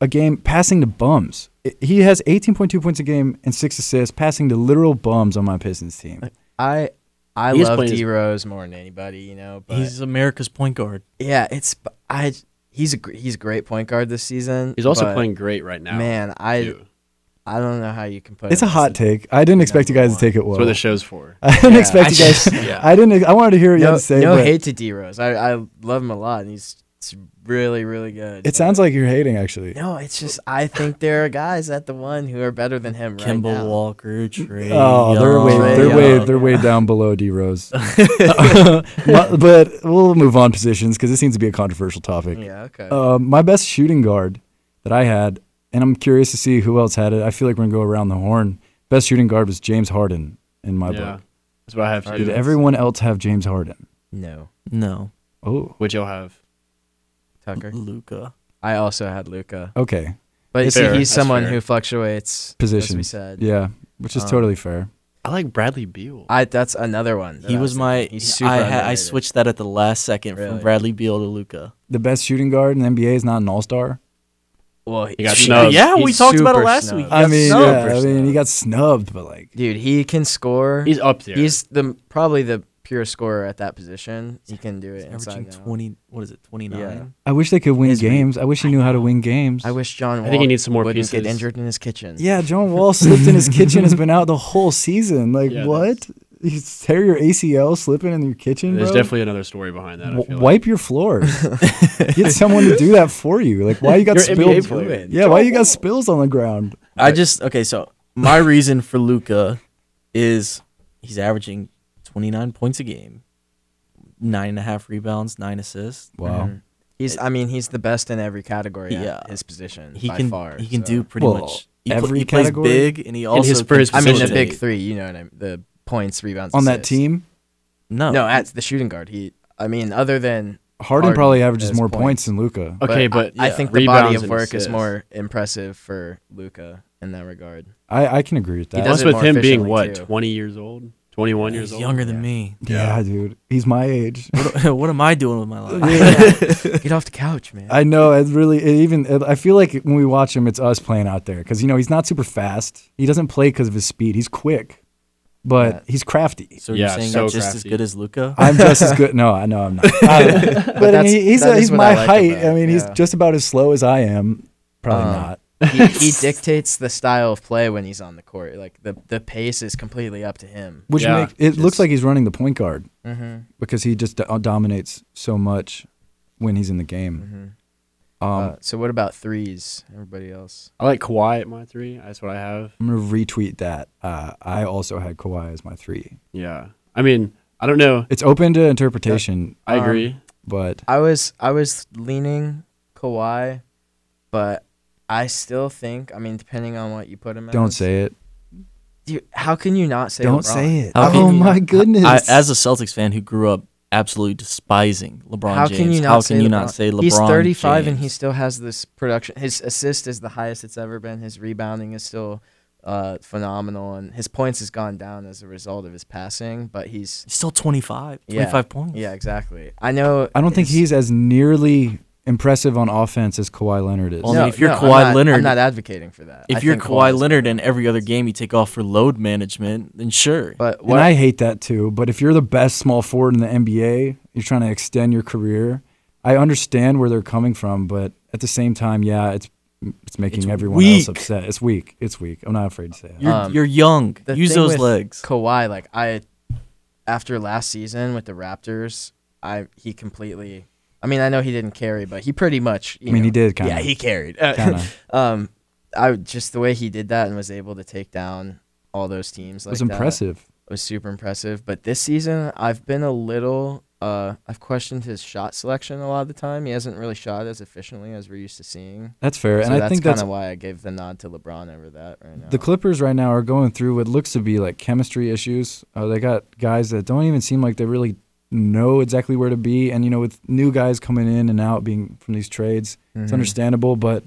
Speaker 2: a game passing to bums. I- He has 18.2 points a game and six assists passing to literal bums on my Pistons team.
Speaker 4: I I
Speaker 3: He is
Speaker 4: love
Speaker 3: playing his-
Speaker 4: D Rose more than anybody, you know. But
Speaker 5: He's America's point guard.
Speaker 4: yeah, it's I he's a gr- he's a great point guard this season.
Speaker 3: He's also
Speaker 4: but,
Speaker 3: playing great right now.
Speaker 4: Man, I
Speaker 3: too.
Speaker 4: I don't know how you can put
Speaker 2: It's a
Speaker 4: him as
Speaker 2: hot
Speaker 4: the-
Speaker 2: take. I didn't expect you guys
Speaker 4: Number
Speaker 2: to take it
Speaker 3: That's
Speaker 2: well.
Speaker 3: what the show's for.
Speaker 2: I didn't
Speaker 4: Yeah,
Speaker 2: expect
Speaker 4: I
Speaker 2: you guys.
Speaker 4: just-
Speaker 3: yeah.
Speaker 2: I didn't. I wanted to hear what you had
Speaker 4: no,
Speaker 2: to say.
Speaker 4: no
Speaker 2: but
Speaker 4: hate to D Rose. I, I love him a lot, and he's it's really really good.
Speaker 2: It sounds like you're hating, actually.
Speaker 4: no, it's just I think there are guys at the one who are better than him right
Speaker 5: Kimball
Speaker 4: now.
Speaker 5: Walker, Trey.
Speaker 2: Oh, they're
Speaker 5: Young.
Speaker 2: way,
Speaker 4: Trae
Speaker 2: they're way,
Speaker 4: Young.
Speaker 2: they're way down below D Rose. My- but we'll move on positions because this seems to be a controversial topic.
Speaker 4: Yeah, okay.
Speaker 2: Um, my best shooting guard that I had, and I'm curious to see who else had it. I feel like we're gonna go around the horn. Best shooting guard was James Harden in my
Speaker 3: yeah.
Speaker 2: book.
Speaker 3: That's what I have
Speaker 2: Did
Speaker 3: to.
Speaker 2: everyone else have James Harden?
Speaker 4: no,
Speaker 5: No,
Speaker 2: Oh,
Speaker 3: Which you'll have.
Speaker 4: Tucker.
Speaker 5: Luca.
Speaker 4: I also had Luca,
Speaker 2: okay,
Speaker 4: but
Speaker 3: It's
Speaker 4: see,
Speaker 3: fair.
Speaker 4: he's
Speaker 3: That's
Speaker 4: someone
Speaker 3: fair.
Speaker 4: who fluctuates as we
Speaker 2: positions.
Speaker 4: said.
Speaker 2: Yeah, which is
Speaker 4: Um,
Speaker 2: totally fair.
Speaker 3: I like Bradley Beal.
Speaker 4: I that's another one. that
Speaker 5: He
Speaker 4: I
Speaker 5: was my.
Speaker 4: thinking. He's super
Speaker 5: I, ha- I
Speaker 4: underrated.
Speaker 5: switched that at the last second from
Speaker 4: Really?
Speaker 5: Bradley Beal to Luca.
Speaker 2: The best shooting guard in the NBA is not an All Star.
Speaker 4: Well,
Speaker 3: He got
Speaker 4: he's-
Speaker 3: snubbed.
Speaker 5: Yeah, we
Speaker 4: he's
Speaker 5: talked about it
Speaker 4: super
Speaker 5: last
Speaker 4: snubbed.
Speaker 5: week.
Speaker 2: I
Speaker 5: got
Speaker 2: mean,
Speaker 5: snubbed.
Speaker 2: yeah, I mean, he got snubbed, but like,
Speaker 4: Dude, he can score.
Speaker 3: He's up there.
Speaker 4: He's the probably the pure scorer at that position. He can do it
Speaker 5: He's
Speaker 4: inside
Speaker 5: averaging
Speaker 4: now.
Speaker 5: twenty. What is it? Twenty nine.
Speaker 4: Yeah.
Speaker 2: I wish they could win
Speaker 4: His re-
Speaker 2: games. I wish he knew how to win games.
Speaker 4: I wish John. Wall
Speaker 3: think he needs some more
Speaker 4: wouldn't get
Speaker 3: pieces.
Speaker 4: injured in his kitchen.
Speaker 2: yeah, John Wall slipped in his kitchen. Has been out the whole season. Like
Speaker 3: Yeah,
Speaker 2: what? You tear your ACL slipping in your kitchen,
Speaker 3: There's
Speaker 2: bro?
Speaker 3: definitely another story behind that. I
Speaker 2: W-
Speaker 3: feel like.
Speaker 2: wipe your floor. Get someone to do that for you. Like why you got
Speaker 3: You're an NBA
Speaker 2: spills?
Speaker 3: player.
Speaker 2: Yeah, why you got spills on the ground?
Speaker 5: I just okay. So my reason for Luca is he's averaging twenty nine points a game, nine and a half rebounds, nine assists.
Speaker 2: Wow.
Speaker 4: He's. I mean, he's the best in every category. Yeah.
Speaker 5: Yeah.
Speaker 4: At his position.
Speaker 5: He
Speaker 4: by
Speaker 5: can
Speaker 4: Far,
Speaker 5: he can
Speaker 4: so.
Speaker 5: do pretty
Speaker 2: Well,
Speaker 5: much he pl-
Speaker 2: every
Speaker 5: he plays
Speaker 2: category?
Speaker 5: big and he also
Speaker 3: his first
Speaker 5: can
Speaker 4: I mean, the
Speaker 5: facilitate.
Speaker 4: big three. You know what I mean? The points, rebounds
Speaker 2: On that
Speaker 4: assists.
Speaker 2: team,
Speaker 5: No,
Speaker 4: No, at the shooting guard. He. I mean, other than
Speaker 2: Harden,
Speaker 4: Harden
Speaker 2: probably averages
Speaker 4: has
Speaker 2: more
Speaker 4: points.
Speaker 2: points than Luca.
Speaker 3: okay,
Speaker 4: but,
Speaker 3: but
Speaker 4: I, I
Speaker 5: yeah.
Speaker 4: think the body
Speaker 3: Rebounds
Speaker 4: of
Speaker 3: and
Speaker 4: work is
Speaker 3: assists.
Speaker 4: more impressive for Luca in that regard.
Speaker 2: I, I can agree with that.
Speaker 3: Plus,
Speaker 4: does it
Speaker 3: with
Speaker 4: more
Speaker 3: him being
Speaker 4: efficiently,
Speaker 3: what
Speaker 4: too.
Speaker 3: 20 years old, 21 years
Speaker 5: He's
Speaker 3: old.
Speaker 5: younger than me.
Speaker 2: Yeah, dude. He's my age.
Speaker 5: What, what am I doing with my life?
Speaker 4: Get off the couch, man.
Speaker 2: I know. It really, it even, it, I feel like when we watch him, it's us playing out there because, you know, he's not super fast. He doesn't play because of his speed. He's quick, but
Speaker 4: Yeah.
Speaker 2: he's crafty.
Speaker 5: So
Speaker 3: Yeah,
Speaker 5: you're saying
Speaker 3: so
Speaker 5: I'm just
Speaker 3: crafty.
Speaker 5: as good as Luca?
Speaker 2: I'm just as good. No, I know I'm not. Uh, but I mean,
Speaker 4: that's-
Speaker 2: he- he's,
Speaker 4: that
Speaker 2: uh,
Speaker 4: is
Speaker 2: he's
Speaker 4: what
Speaker 2: my
Speaker 4: I like
Speaker 2: height.
Speaker 4: about
Speaker 2: I
Speaker 4: it,
Speaker 2: mean, he's
Speaker 4: yeah.
Speaker 2: just about as slow as I am. Probably
Speaker 4: Uh,
Speaker 2: not.
Speaker 4: he, he dictates the style of play when he's on the court. Like the the pace is completely up to him.
Speaker 2: Which
Speaker 3: yeah,
Speaker 2: make, it looks
Speaker 4: just-
Speaker 2: like he's running the point guard
Speaker 4: Mm-hmm.
Speaker 2: because he just do- dominates so much when he's in the game.
Speaker 4: Mm-hmm.
Speaker 2: Um,
Speaker 4: uh, so what about threes? Everybody else?
Speaker 3: I like Kawhi at my three. That's what I have.
Speaker 2: I'm gonna retweet that. Uh, I also had Kawhi as my three.
Speaker 3: Yeah. I mean, I don't know.
Speaker 2: It's open to interpretation,
Speaker 3: I
Speaker 4: Um,
Speaker 3: agree.
Speaker 2: but
Speaker 4: I was I was leaning Kawhi, but I still think. I mean, depending on what you put him.
Speaker 2: don't
Speaker 4: as,
Speaker 2: say it.
Speaker 4: Dude, how can you not say?
Speaker 2: Don't
Speaker 4: LeBron?
Speaker 2: say it.
Speaker 5: How
Speaker 2: oh
Speaker 5: can you-
Speaker 2: my goodness!
Speaker 5: I, as a Celtics fan who grew up absolutely despising LeBron
Speaker 4: How
Speaker 5: James,
Speaker 4: can you not?
Speaker 5: how
Speaker 4: say
Speaker 5: can you
Speaker 4: LeBron?
Speaker 5: not say LeBron?
Speaker 4: He's 35 and
Speaker 5: James?
Speaker 4: he still has this production. His assist is the highest it's ever been. His rebounding is still uh, phenomenal, and his points has gone down as a result of his passing. But he's
Speaker 5: He's still 25,
Speaker 4: Yeah.
Speaker 5: 25 points.
Speaker 4: yeah, exactly. I know.
Speaker 2: I don't think
Speaker 4: it's-
Speaker 2: he's as nearly impressive on offense as Kawhi Leonard is.
Speaker 5: Well, I mean,
Speaker 4: No,
Speaker 5: if you're
Speaker 4: no, I'm
Speaker 5: Kawhi
Speaker 4: not-
Speaker 5: Leonard-
Speaker 4: I'm not advocating for that. I
Speaker 5: If you're
Speaker 4: think
Speaker 5: Kawhi
Speaker 4: Kawhi's
Speaker 5: Leonard
Speaker 4: better.
Speaker 5: and every other game you take off for load management, then sure.
Speaker 4: but
Speaker 2: and
Speaker 4: what
Speaker 2: I hate that too. But if you're the best small forward in the NBA, you're trying to extend your career. I understand where they're coming from, but at the same time, yeah, it's it's making
Speaker 5: It's
Speaker 2: everyone else
Speaker 5: weak.
Speaker 2: upset. It's weak. It's weak. I'm not afraid to say that.
Speaker 5: you're,
Speaker 4: um,
Speaker 5: you're young.
Speaker 4: the
Speaker 5: Use
Speaker 4: thing
Speaker 5: those
Speaker 4: with
Speaker 5: legs.
Speaker 4: Kawhi, like I, after last season with the Raptors, I he completely. I mean, I know he didn't carry, but he pretty much. You
Speaker 2: I mean,
Speaker 4: know,
Speaker 2: he did kinda.
Speaker 4: Yeah, he carried. Uh,
Speaker 2: Kinda.
Speaker 4: um, I would- just the way he did that and was able to take down all those teams
Speaker 2: It
Speaker 4: like
Speaker 2: was
Speaker 4: that
Speaker 2: impressive.
Speaker 4: was super impressive. But this season, I've been a little. Uh, I've questioned his shot selection a lot of the time. He hasn't really shot as efficiently as we're used to seeing.
Speaker 2: That's fair,
Speaker 4: so
Speaker 2: and I
Speaker 4: that's
Speaker 2: think
Speaker 4: kind
Speaker 2: that's
Speaker 4: of why I gave the nod to LeBron over that right now.
Speaker 2: The Clippers right now are going through what looks to be like chemistry issues. Uh, they got guys that don't even seem like they really know exactly where to be. And, you know, with new guys coming in and out being from these trades, it's
Speaker 4: Mhm.
Speaker 3: Mm-hmm.
Speaker 2: understandable. But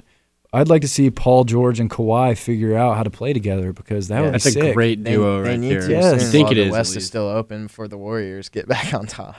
Speaker 2: I'd like to see Paul George and Kawhi figure out how to play together because that
Speaker 4: Yeah.
Speaker 2: would be
Speaker 3: That's a
Speaker 2: sick.
Speaker 3: great
Speaker 4: They,
Speaker 3: duo
Speaker 4: they
Speaker 3: right
Speaker 4: need
Speaker 3: there.
Speaker 4: to.
Speaker 2: Yes.
Speaker 4: soon
Speaker 3: I think
Speaker 4: while
Speaker 3: it
Speaker 4: the
Speaker 3: is. at
Speaker 4: West is
Speaker 3: least.
Speaker 4: still open before the Warriors get back on top.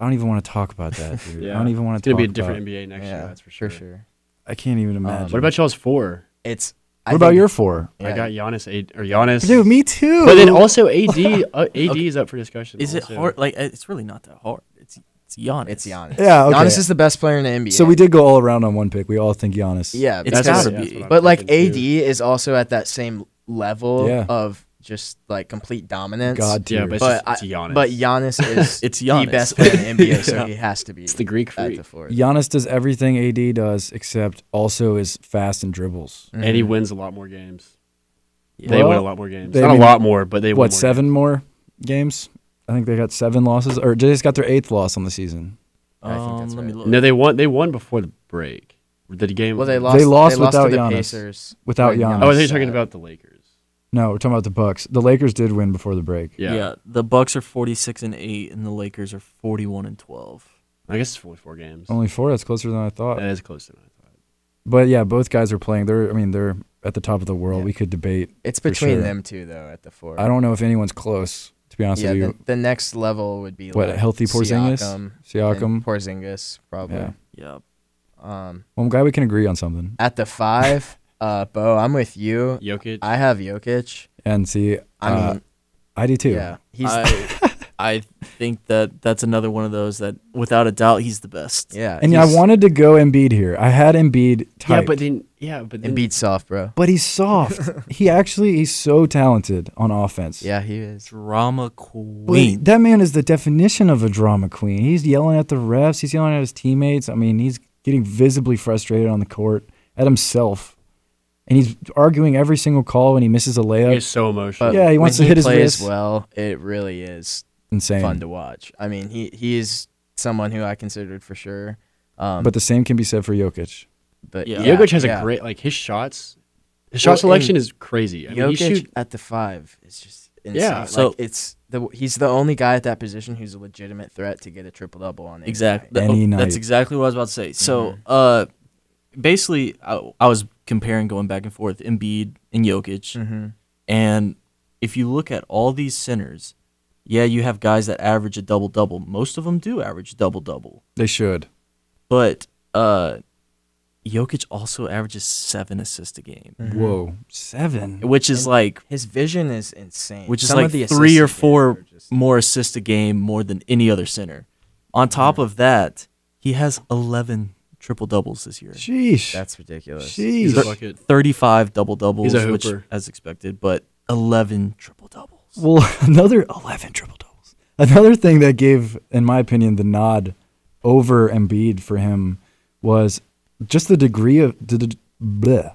Speaker 2: I don't even want to talk about that, dude. I
Speaker 3: Yeah.
Speaker 2: don't even want
Speaker 3: It's
Speaker 2: to talk
Speaker 3: going to be a
Speaker 2: about
Speaker 3: different NBA next
Speaker 4: yeah,
Speaker 3: year. That's for sure.
Speaker 4: sure.
Speaker 2: I can't even imagine.
Speaker 3: What about y'all's four?
Speaker 4: It's.
Speaker 2: What about your four?
Speaker 3: I got Giannis eight or Giannis.
Speaker 2: Dude, me too.
Speaker 3: But then also AD, uh, AD is up for discussion.
Speaker 5: Is it
Speaker 3: also.
Speaker 5: hard? Like it's really not that hard. It's it's Giannis.
Speaker 4: It's Giannis.
Speaker 2: Yeah, okay.
Speaker 4: Giannis is the best player in the NBA.
Speaker 2: so we did go all around on one pick. We all think Giannis.
Speaker 4: Yeah,
Speaker 5: It's
Speaker 4: because-
Speaker 5: gotta
Speaker 3: what-
Speaker 5: be.
Speaker 3: what I'm
Speaker 4: But like
Speaker 3: thinking,
Speaker 4: AD
Speaker 3: too.
Speaker 4: is also at that same level
Speaker 2: Yeah.
Speaker 4: of just like complete dominance.
Speaker 2: God
Speaker 3: Yeah,
Speaker 2: tier.
Speaker 3: but it's,
Speaker 4: but
Speaker 3: just,
Speaker 4: I-
Speaker 3: it's Giannis.
Speaker 4: But Giannis is
Speaker 5: It's
Speaker 4: the
Speaker 5: Giannis.
Speaker 4: best player in the NBA, so he has to be
Speaker 3: it's the Greek
Speaker 4: at
Speaker 3: freak,
Speaker 4: the fourth.
Speaker 2: Giannis does everything AD does except also is fast and dribbles.
Speaker 4: Mm-hmm.
Speaker 3: and he wins a lot more games.
Speaker 5: Yeah.
Speaker 3: They win a
Speaker 2: Well,
Speaker 3: lot more games.
Speaker 2: they-
Speaker 3: Not
Speaker 2: I mean,
Speaker 3: a lot more, but they win
Speaker 2: what
Speaker 3: more
Speaker 2: seven more games? I think they got seven losses, or they just got their eighth loss on the season.
Speaker 4: I think that's
Speaker 5: Um, let me
Speaker 4: right.
Speaker 5: look.
Speaker 3: Games. No, they won. They won before the break. Did the game?
Speaker 4: Well, they lost.
Speaker 2: lost
Speaker 4: to
Speaker 2: without
Speaker 4: the
Speaker 2: Giannis.
Speaker 4: Pacers
Speaker 2: Without
Speaker 4: when
Speaker 2: Giannis.
Speaker 3: Oh, I think you're
Speaker 4: sat.
Speaker 3: talking about the Lakers.
Speaker 2: No, we're talking about the Bucks. The Lakers did win before the break.
Speaker 5: yeah.
Speaker 3: Yeah.
Speaker 5: the Bucks are 46 and 8 and the Lakers are 41 and 12.
Speaker 3: I guess it's only four games.
Speaker 2: Only four. That's closer than I thought.
Speaker 3: That is close enough.
Speaker 2: But yeah, both guys are playing. They're, I mean, they're at the top of the world.
Speaker 4: Yeah.
Speaker 2: We could debate.
Speaker 4: It's
Speaker 2: for
Speaker 4: between
Speaker 2: sure.
Speaker 4: them two though at the four.
Speaker 2: I don't know if anyone's close. To be honest
Speaker 4: Yeah,
Speaker 2: with
Speaker 4: the,
Speaker 2: you,
Speaker 4: the next level would be
Speaker 2: What,
Speaker 4: like
Speaker 2: healthy Porzingis?
Speaker 4: Siakam, and
Speaker 2: Siakam.
Speaker 4: Porzingis probably.
Speaker 2: Yeah.
Speaker 5: Yeah.
Speaker 4: Um,
Speaker 2: Well, I'm glad we can agree on something.
Speaker 4: at the five, uh, Bo, I'm with you.
Speaker 3: Jokic.
Speaker 4: I have Jokic.
Speaker 2: And see,
Speaker 4: I
Speaker 2: uh,
Speaker 4: mean,
Speaker 2: I do too.
Speaker 4: yeah, he's
Speaker 5: I, I think that that's another one of those that without a doubt he's the best.
Speaker 4: yeah,
Speaker 2: And
Speaker 4: he's
Speaker 2: I wanted to go Embiid here. I had Embiid
Speaker 3: yeah,
Speaker 2: type.
Speaker 3: but then yeah, but then
Speaker 4: Embiid soft, bro.
Speaker 2: but he's soft. he actually he's so talented on offense.
Speaker 4: Yeah, he is.
Speaker 5: Drama
Speaker 2: But he-
Speaker 5: queen.
Speaker 2: that man is the definition of a drama queen. He's yelling at the refs. He's yelling at his teammates. I mean, he's getting visibly frustrated on the court at himself, and he's arguing every single call when he misses a layup.
Speaker 3: he is so emotional.
Speaker 4: But
Speaker 2: Yeah, he
Speaker 4: when
Speaker 2: wants to hit his
Speaker 4: plays
Speaker 2: wrist.
Speaker 4: well. It really is
Speaker 2: Insane.
Speaker 4: fun to watch. I mean, he he is someone who I considered for sure. Um,
Speaker 2: but the same can be said for Jokic.
Speaker 4: but
Speaker 5: Yeah.
Speaker 3: Jokic has
Speaker 4: yeah.
Speaker 3: a great like his shots. His
Speaker 4: Well,
Speaker 3: shot selection
Speaker 4: and
Speaker 3: is crazy. I mean, he
Speaker 4: Jokic
Speaker 3: shoot,
Speaker 4: at the five is just insane.
Speaker 3: Yeah,
Speaker 4: like,
Speaker 5: so-
Speaker 4: it's the he's the only guy at that position who's a legitimate threat to get a triple double on any
Speaker 5: Exactly.
Speaker 4: night.
Speaker 2: Any night.
Speaker 5: oh, That's exactly what I was about to say. So, uh,
Speaker 2: Mm-hmm.
Speaker 5: basically, I, I was comparing going back and forth Embiid and Jokic, and if you look at all these centers, yeah, you have guys that average a double double. Most of them do average double double,
Speaker 2: They should.
Speaker 5: but uh, Jokic also averages seven assists a game,
Speaker 2: Whoa, Mm-hmm. seven.
Speaker 5: which is like
Speaker 4: His vision is insane.
Speaker 5: which is
Speaker 4: Some
Speaker 5: like
Speaker 4: of the assists he
Speaker 5: three or
Speaker 4: gave
Speaker 5: four
Speaker 4: were just-
Speaker 5: more assists a game more than any other center. On top of that, he has 11 triple doubles this year,
Speaker 2: Sheesh.
Speaker 4: That's ridiculous.
Speaker 3: He's a
Speaker 2: Sheesh.
Speaker 3: bucket.
Speaker 5: 35 double doubles,
Speaker 3: He's a
Speaker 5: which
Speaker 3: hooper.
Speaker 5: as expected, but 11 triple doubles.
Speaker 2: Well, another 11 triple doubles. Another thing that gave, in my opinion, the nod over Embiid for him was just the degree of the, the bleh,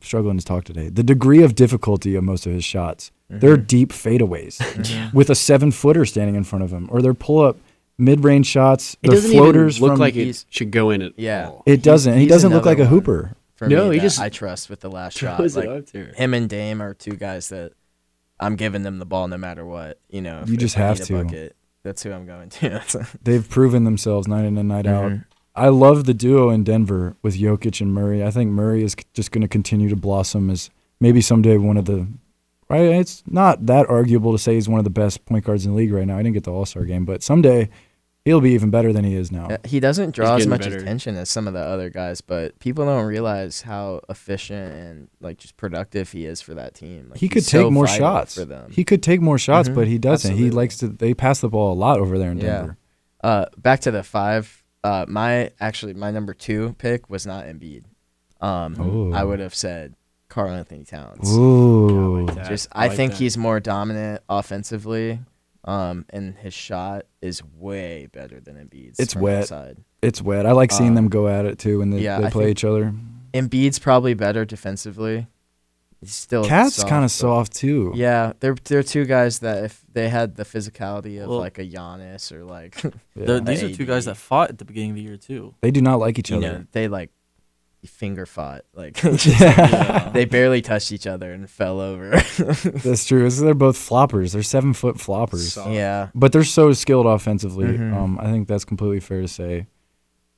Speaker 2: struggling to talk today. The degree of difficulty of most of his shots. They're deep fadeaways with a seven footer standing in front of him, or their pull up mid range shots.
Speaker 3: It
Speaker 2: their
Speaker 3: doesn't
Speaker 2: floaters
Speaker 3: even look
Speaker 2: from,
Speaker 3: like it
Speaker 4: he's-
Speaker 3: should go in at
Speaker 4: Yeah.
Speaker 3: all.
Speaker 2: It doesn't. He
Speaker 4: He's
Speaker 2: doesn't look
Speaker 4: another
Speaker 2: like a
Speaker 4: one
Speaker 2: hooper.
Speaker 4: For
Speaker 3: No,
Speaker 4: me
Speaker 3: he
Speaker 4: that
Speaker 3: just
Speaker 4: I trust with the last shot.
Speaker 3: Throws it
Speaker 4: Like,
Speaker 3: up there.
Speaker 4: him and Dame are two guys that I'm giving them the ball no matter what. You know, if-
Speaker 2: You just
Speaker 4: if I
Speaker 2: have
Speaker 4: need a
Speaker 2: to.
Speaker 4: bucket, that's who I'm going to.
Speaker 2: They've proven themselves night in and night out.
Speaker 4: Mm-hmm.
Speaker 5: Mhm.
Speaker 2: I love the duo in Denver with Jokic and Murray. I think Murray is c- just going to continue to blossom as maybe someday one of the. Right, it's not that arguable to say he's one of the best point guards in the league right now. I didn't get the All Star game, but someday he'll be even better than he is now.
Speaker 4: Uh, he doesn't draw as
Speaker 3: Oh. getting
Speaker 4: much
Speaker 3: better.
Speaker 4: attention as some of the other guys, but people don't realize how efficient and like just productive he is for that team. Like,
Speaker 2: he
Speaker 4: he's
Speaker 2: could
Speaker 4: so
Speaker 2: take more
Speaker 4: vital
Speaker 2: shots.
Speaker 4: for them.
Speaker 2: He could take more shots,
Speaker 4: Mhm,
Speaker 2: but he doesn't. He
Speaker 4: absolutely.
Speaker 2: likes to. They pass the ball a lot over there in
Speaker 4: Yeah.
Speaker 2: Denver.
Speaker 4: Uh, back to the five. Uh, my actually my number two pick was not Embiid. Um,
Speaker 2: Ooh.
Speaker 4: I would have said Carl Anthony Towns.
Speaker 2: Oh. Ooh,
Speaker 3: like that.
Speaker 4: Just
Speaker 3: I
Speaker 4: I,
Speaker 3: like
Speaker 4: think
Speaker 3: that.
Speaker 4: he's more dominant offensively. Um, and his shot is way better than Embiid's.
Speaker 2: It's
Speaker 4: from
Speaker 2: wet.
Speaker 4: outside.
Speaker 2: it's wet. I like seeing
Speaker 4: Uh,
Speaker 2: them go at it too when they,
Speaker 4: yeah,
Speaker 2: they
Speaker 4: I
Speaker 2: play
Speaker 4: think-
Speaker 2: each other.
Speaker 4: Embiid's probably better defensively. He's still
Speaker 2: Cat's kind
Speaker 4: but-
Speaker 2: of soft too.
Speaker 4: Yeah, they're they're two guys that if they had the physicality of
Speaker 5: Well-
Speaker 4: like a Giannis or like
Speaker 2: Yeah.
Speaker 5: The- these are two guys
Speaker 4: AD.
Speaker 5: that fought at the beginning of the year, too.
Speaker 2: they do not like each
Speaker 4: you
Speaker 2: other.
Speaker 4: know they like finger fought like just- they barely touched each other and fell over.
Speaker 2: That's true. So they're both floppers. They're seven foot floppers,
Speaker 3: Solid.
Speaker 4: yeah,
Speaker 2: but they're so skilled offensively.
Speaker 5: Mm-hmm.
Speaker 4: Mhm.
Speaker 2: Um, I think that's completely fair to say.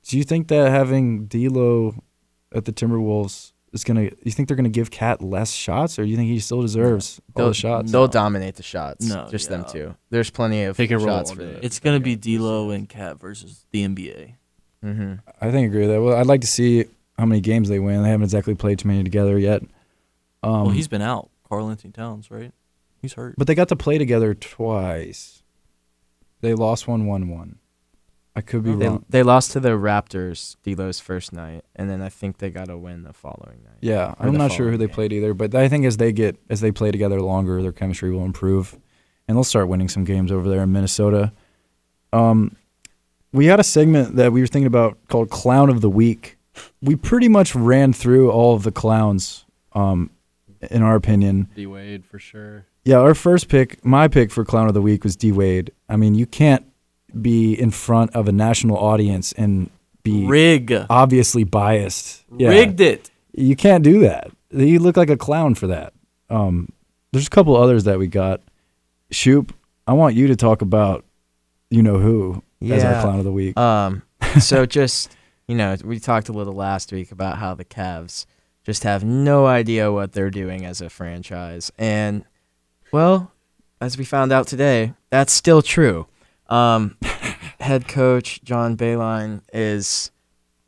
Speaker 2: Do you think that having D'Lo at the Timberwolves is gonna? You think they're gonna give Cat less shots, or you think he still deserves all
Speaker 4: they'll
Speaker 2: the shots?
Speaker 4: They'll dominate the shots.
Speaker 5: No,
Speaker 4: just them
Speaker 5: yeah.
Speaker 4: two. There's plenty of
Speaker 3: Pick and roll
Speaker 4: shots
Speaker 3: all
Speaker 4: for
Speaker 3: day.
Speaker 4: them.
Speaker 5: It's going to be D'Lo and Cat versus the NBA.
Speaker 4: hmm
Speaker 2: I think I agree with that. Well, I'd like to see how many games they win. They haven't exactly played too many together yet. Um,
Speaker 5: well, he's been out. Carl Anthony Towns, right? He's hurt.
Speaker 2: but they got to play together twice. They lost one, one, one. I could be
Speaker 4: They,
Speaker 2: wrong.
Speaker 4: they lost to the Raptors D'Lo's first night, and then I think they got a win the following night.
Speaker 2: Yeah,
Speaker 4: or
Speaker 2: I'm
Speaker 4: the
Speaker 2: not sure who
Speaker 4: following
Speaker 2: they
Speaker 4: game.
Speaker 2: played either, but I think as they get as they play together longer, their chemistry will improve, and they'll start winning some games over there in Minnesota. Um, we had a segment that we were thinking about called "Clown of the Week." We pretty much ran through all of the clowns, um, in our opinion.
Speaker 3: D Wade for sure.
Speaker 2: Yeah, our first pick, my pick for clown of the week was D Wade. I mean, you can't be in front of a national audience and be
Speaker 5: Rig.
Speaker 2: obviously biased. Uh, Yeah
Speaker 5: Rigged it.
Speaker 2: you can't do that. You look like a clown for that. Um, there's a couple others that we got. Shoop, I want you to talk about you know who as our
Speaker 4: Yeah.
Speaker 2: clown of the week.
Speaker 4: Um, so just you know, we talked a little last week about how the Cavs just have no idea what they're doing as a franchise, and well, as we found out today, that's still true. Um, head coach John Bayline is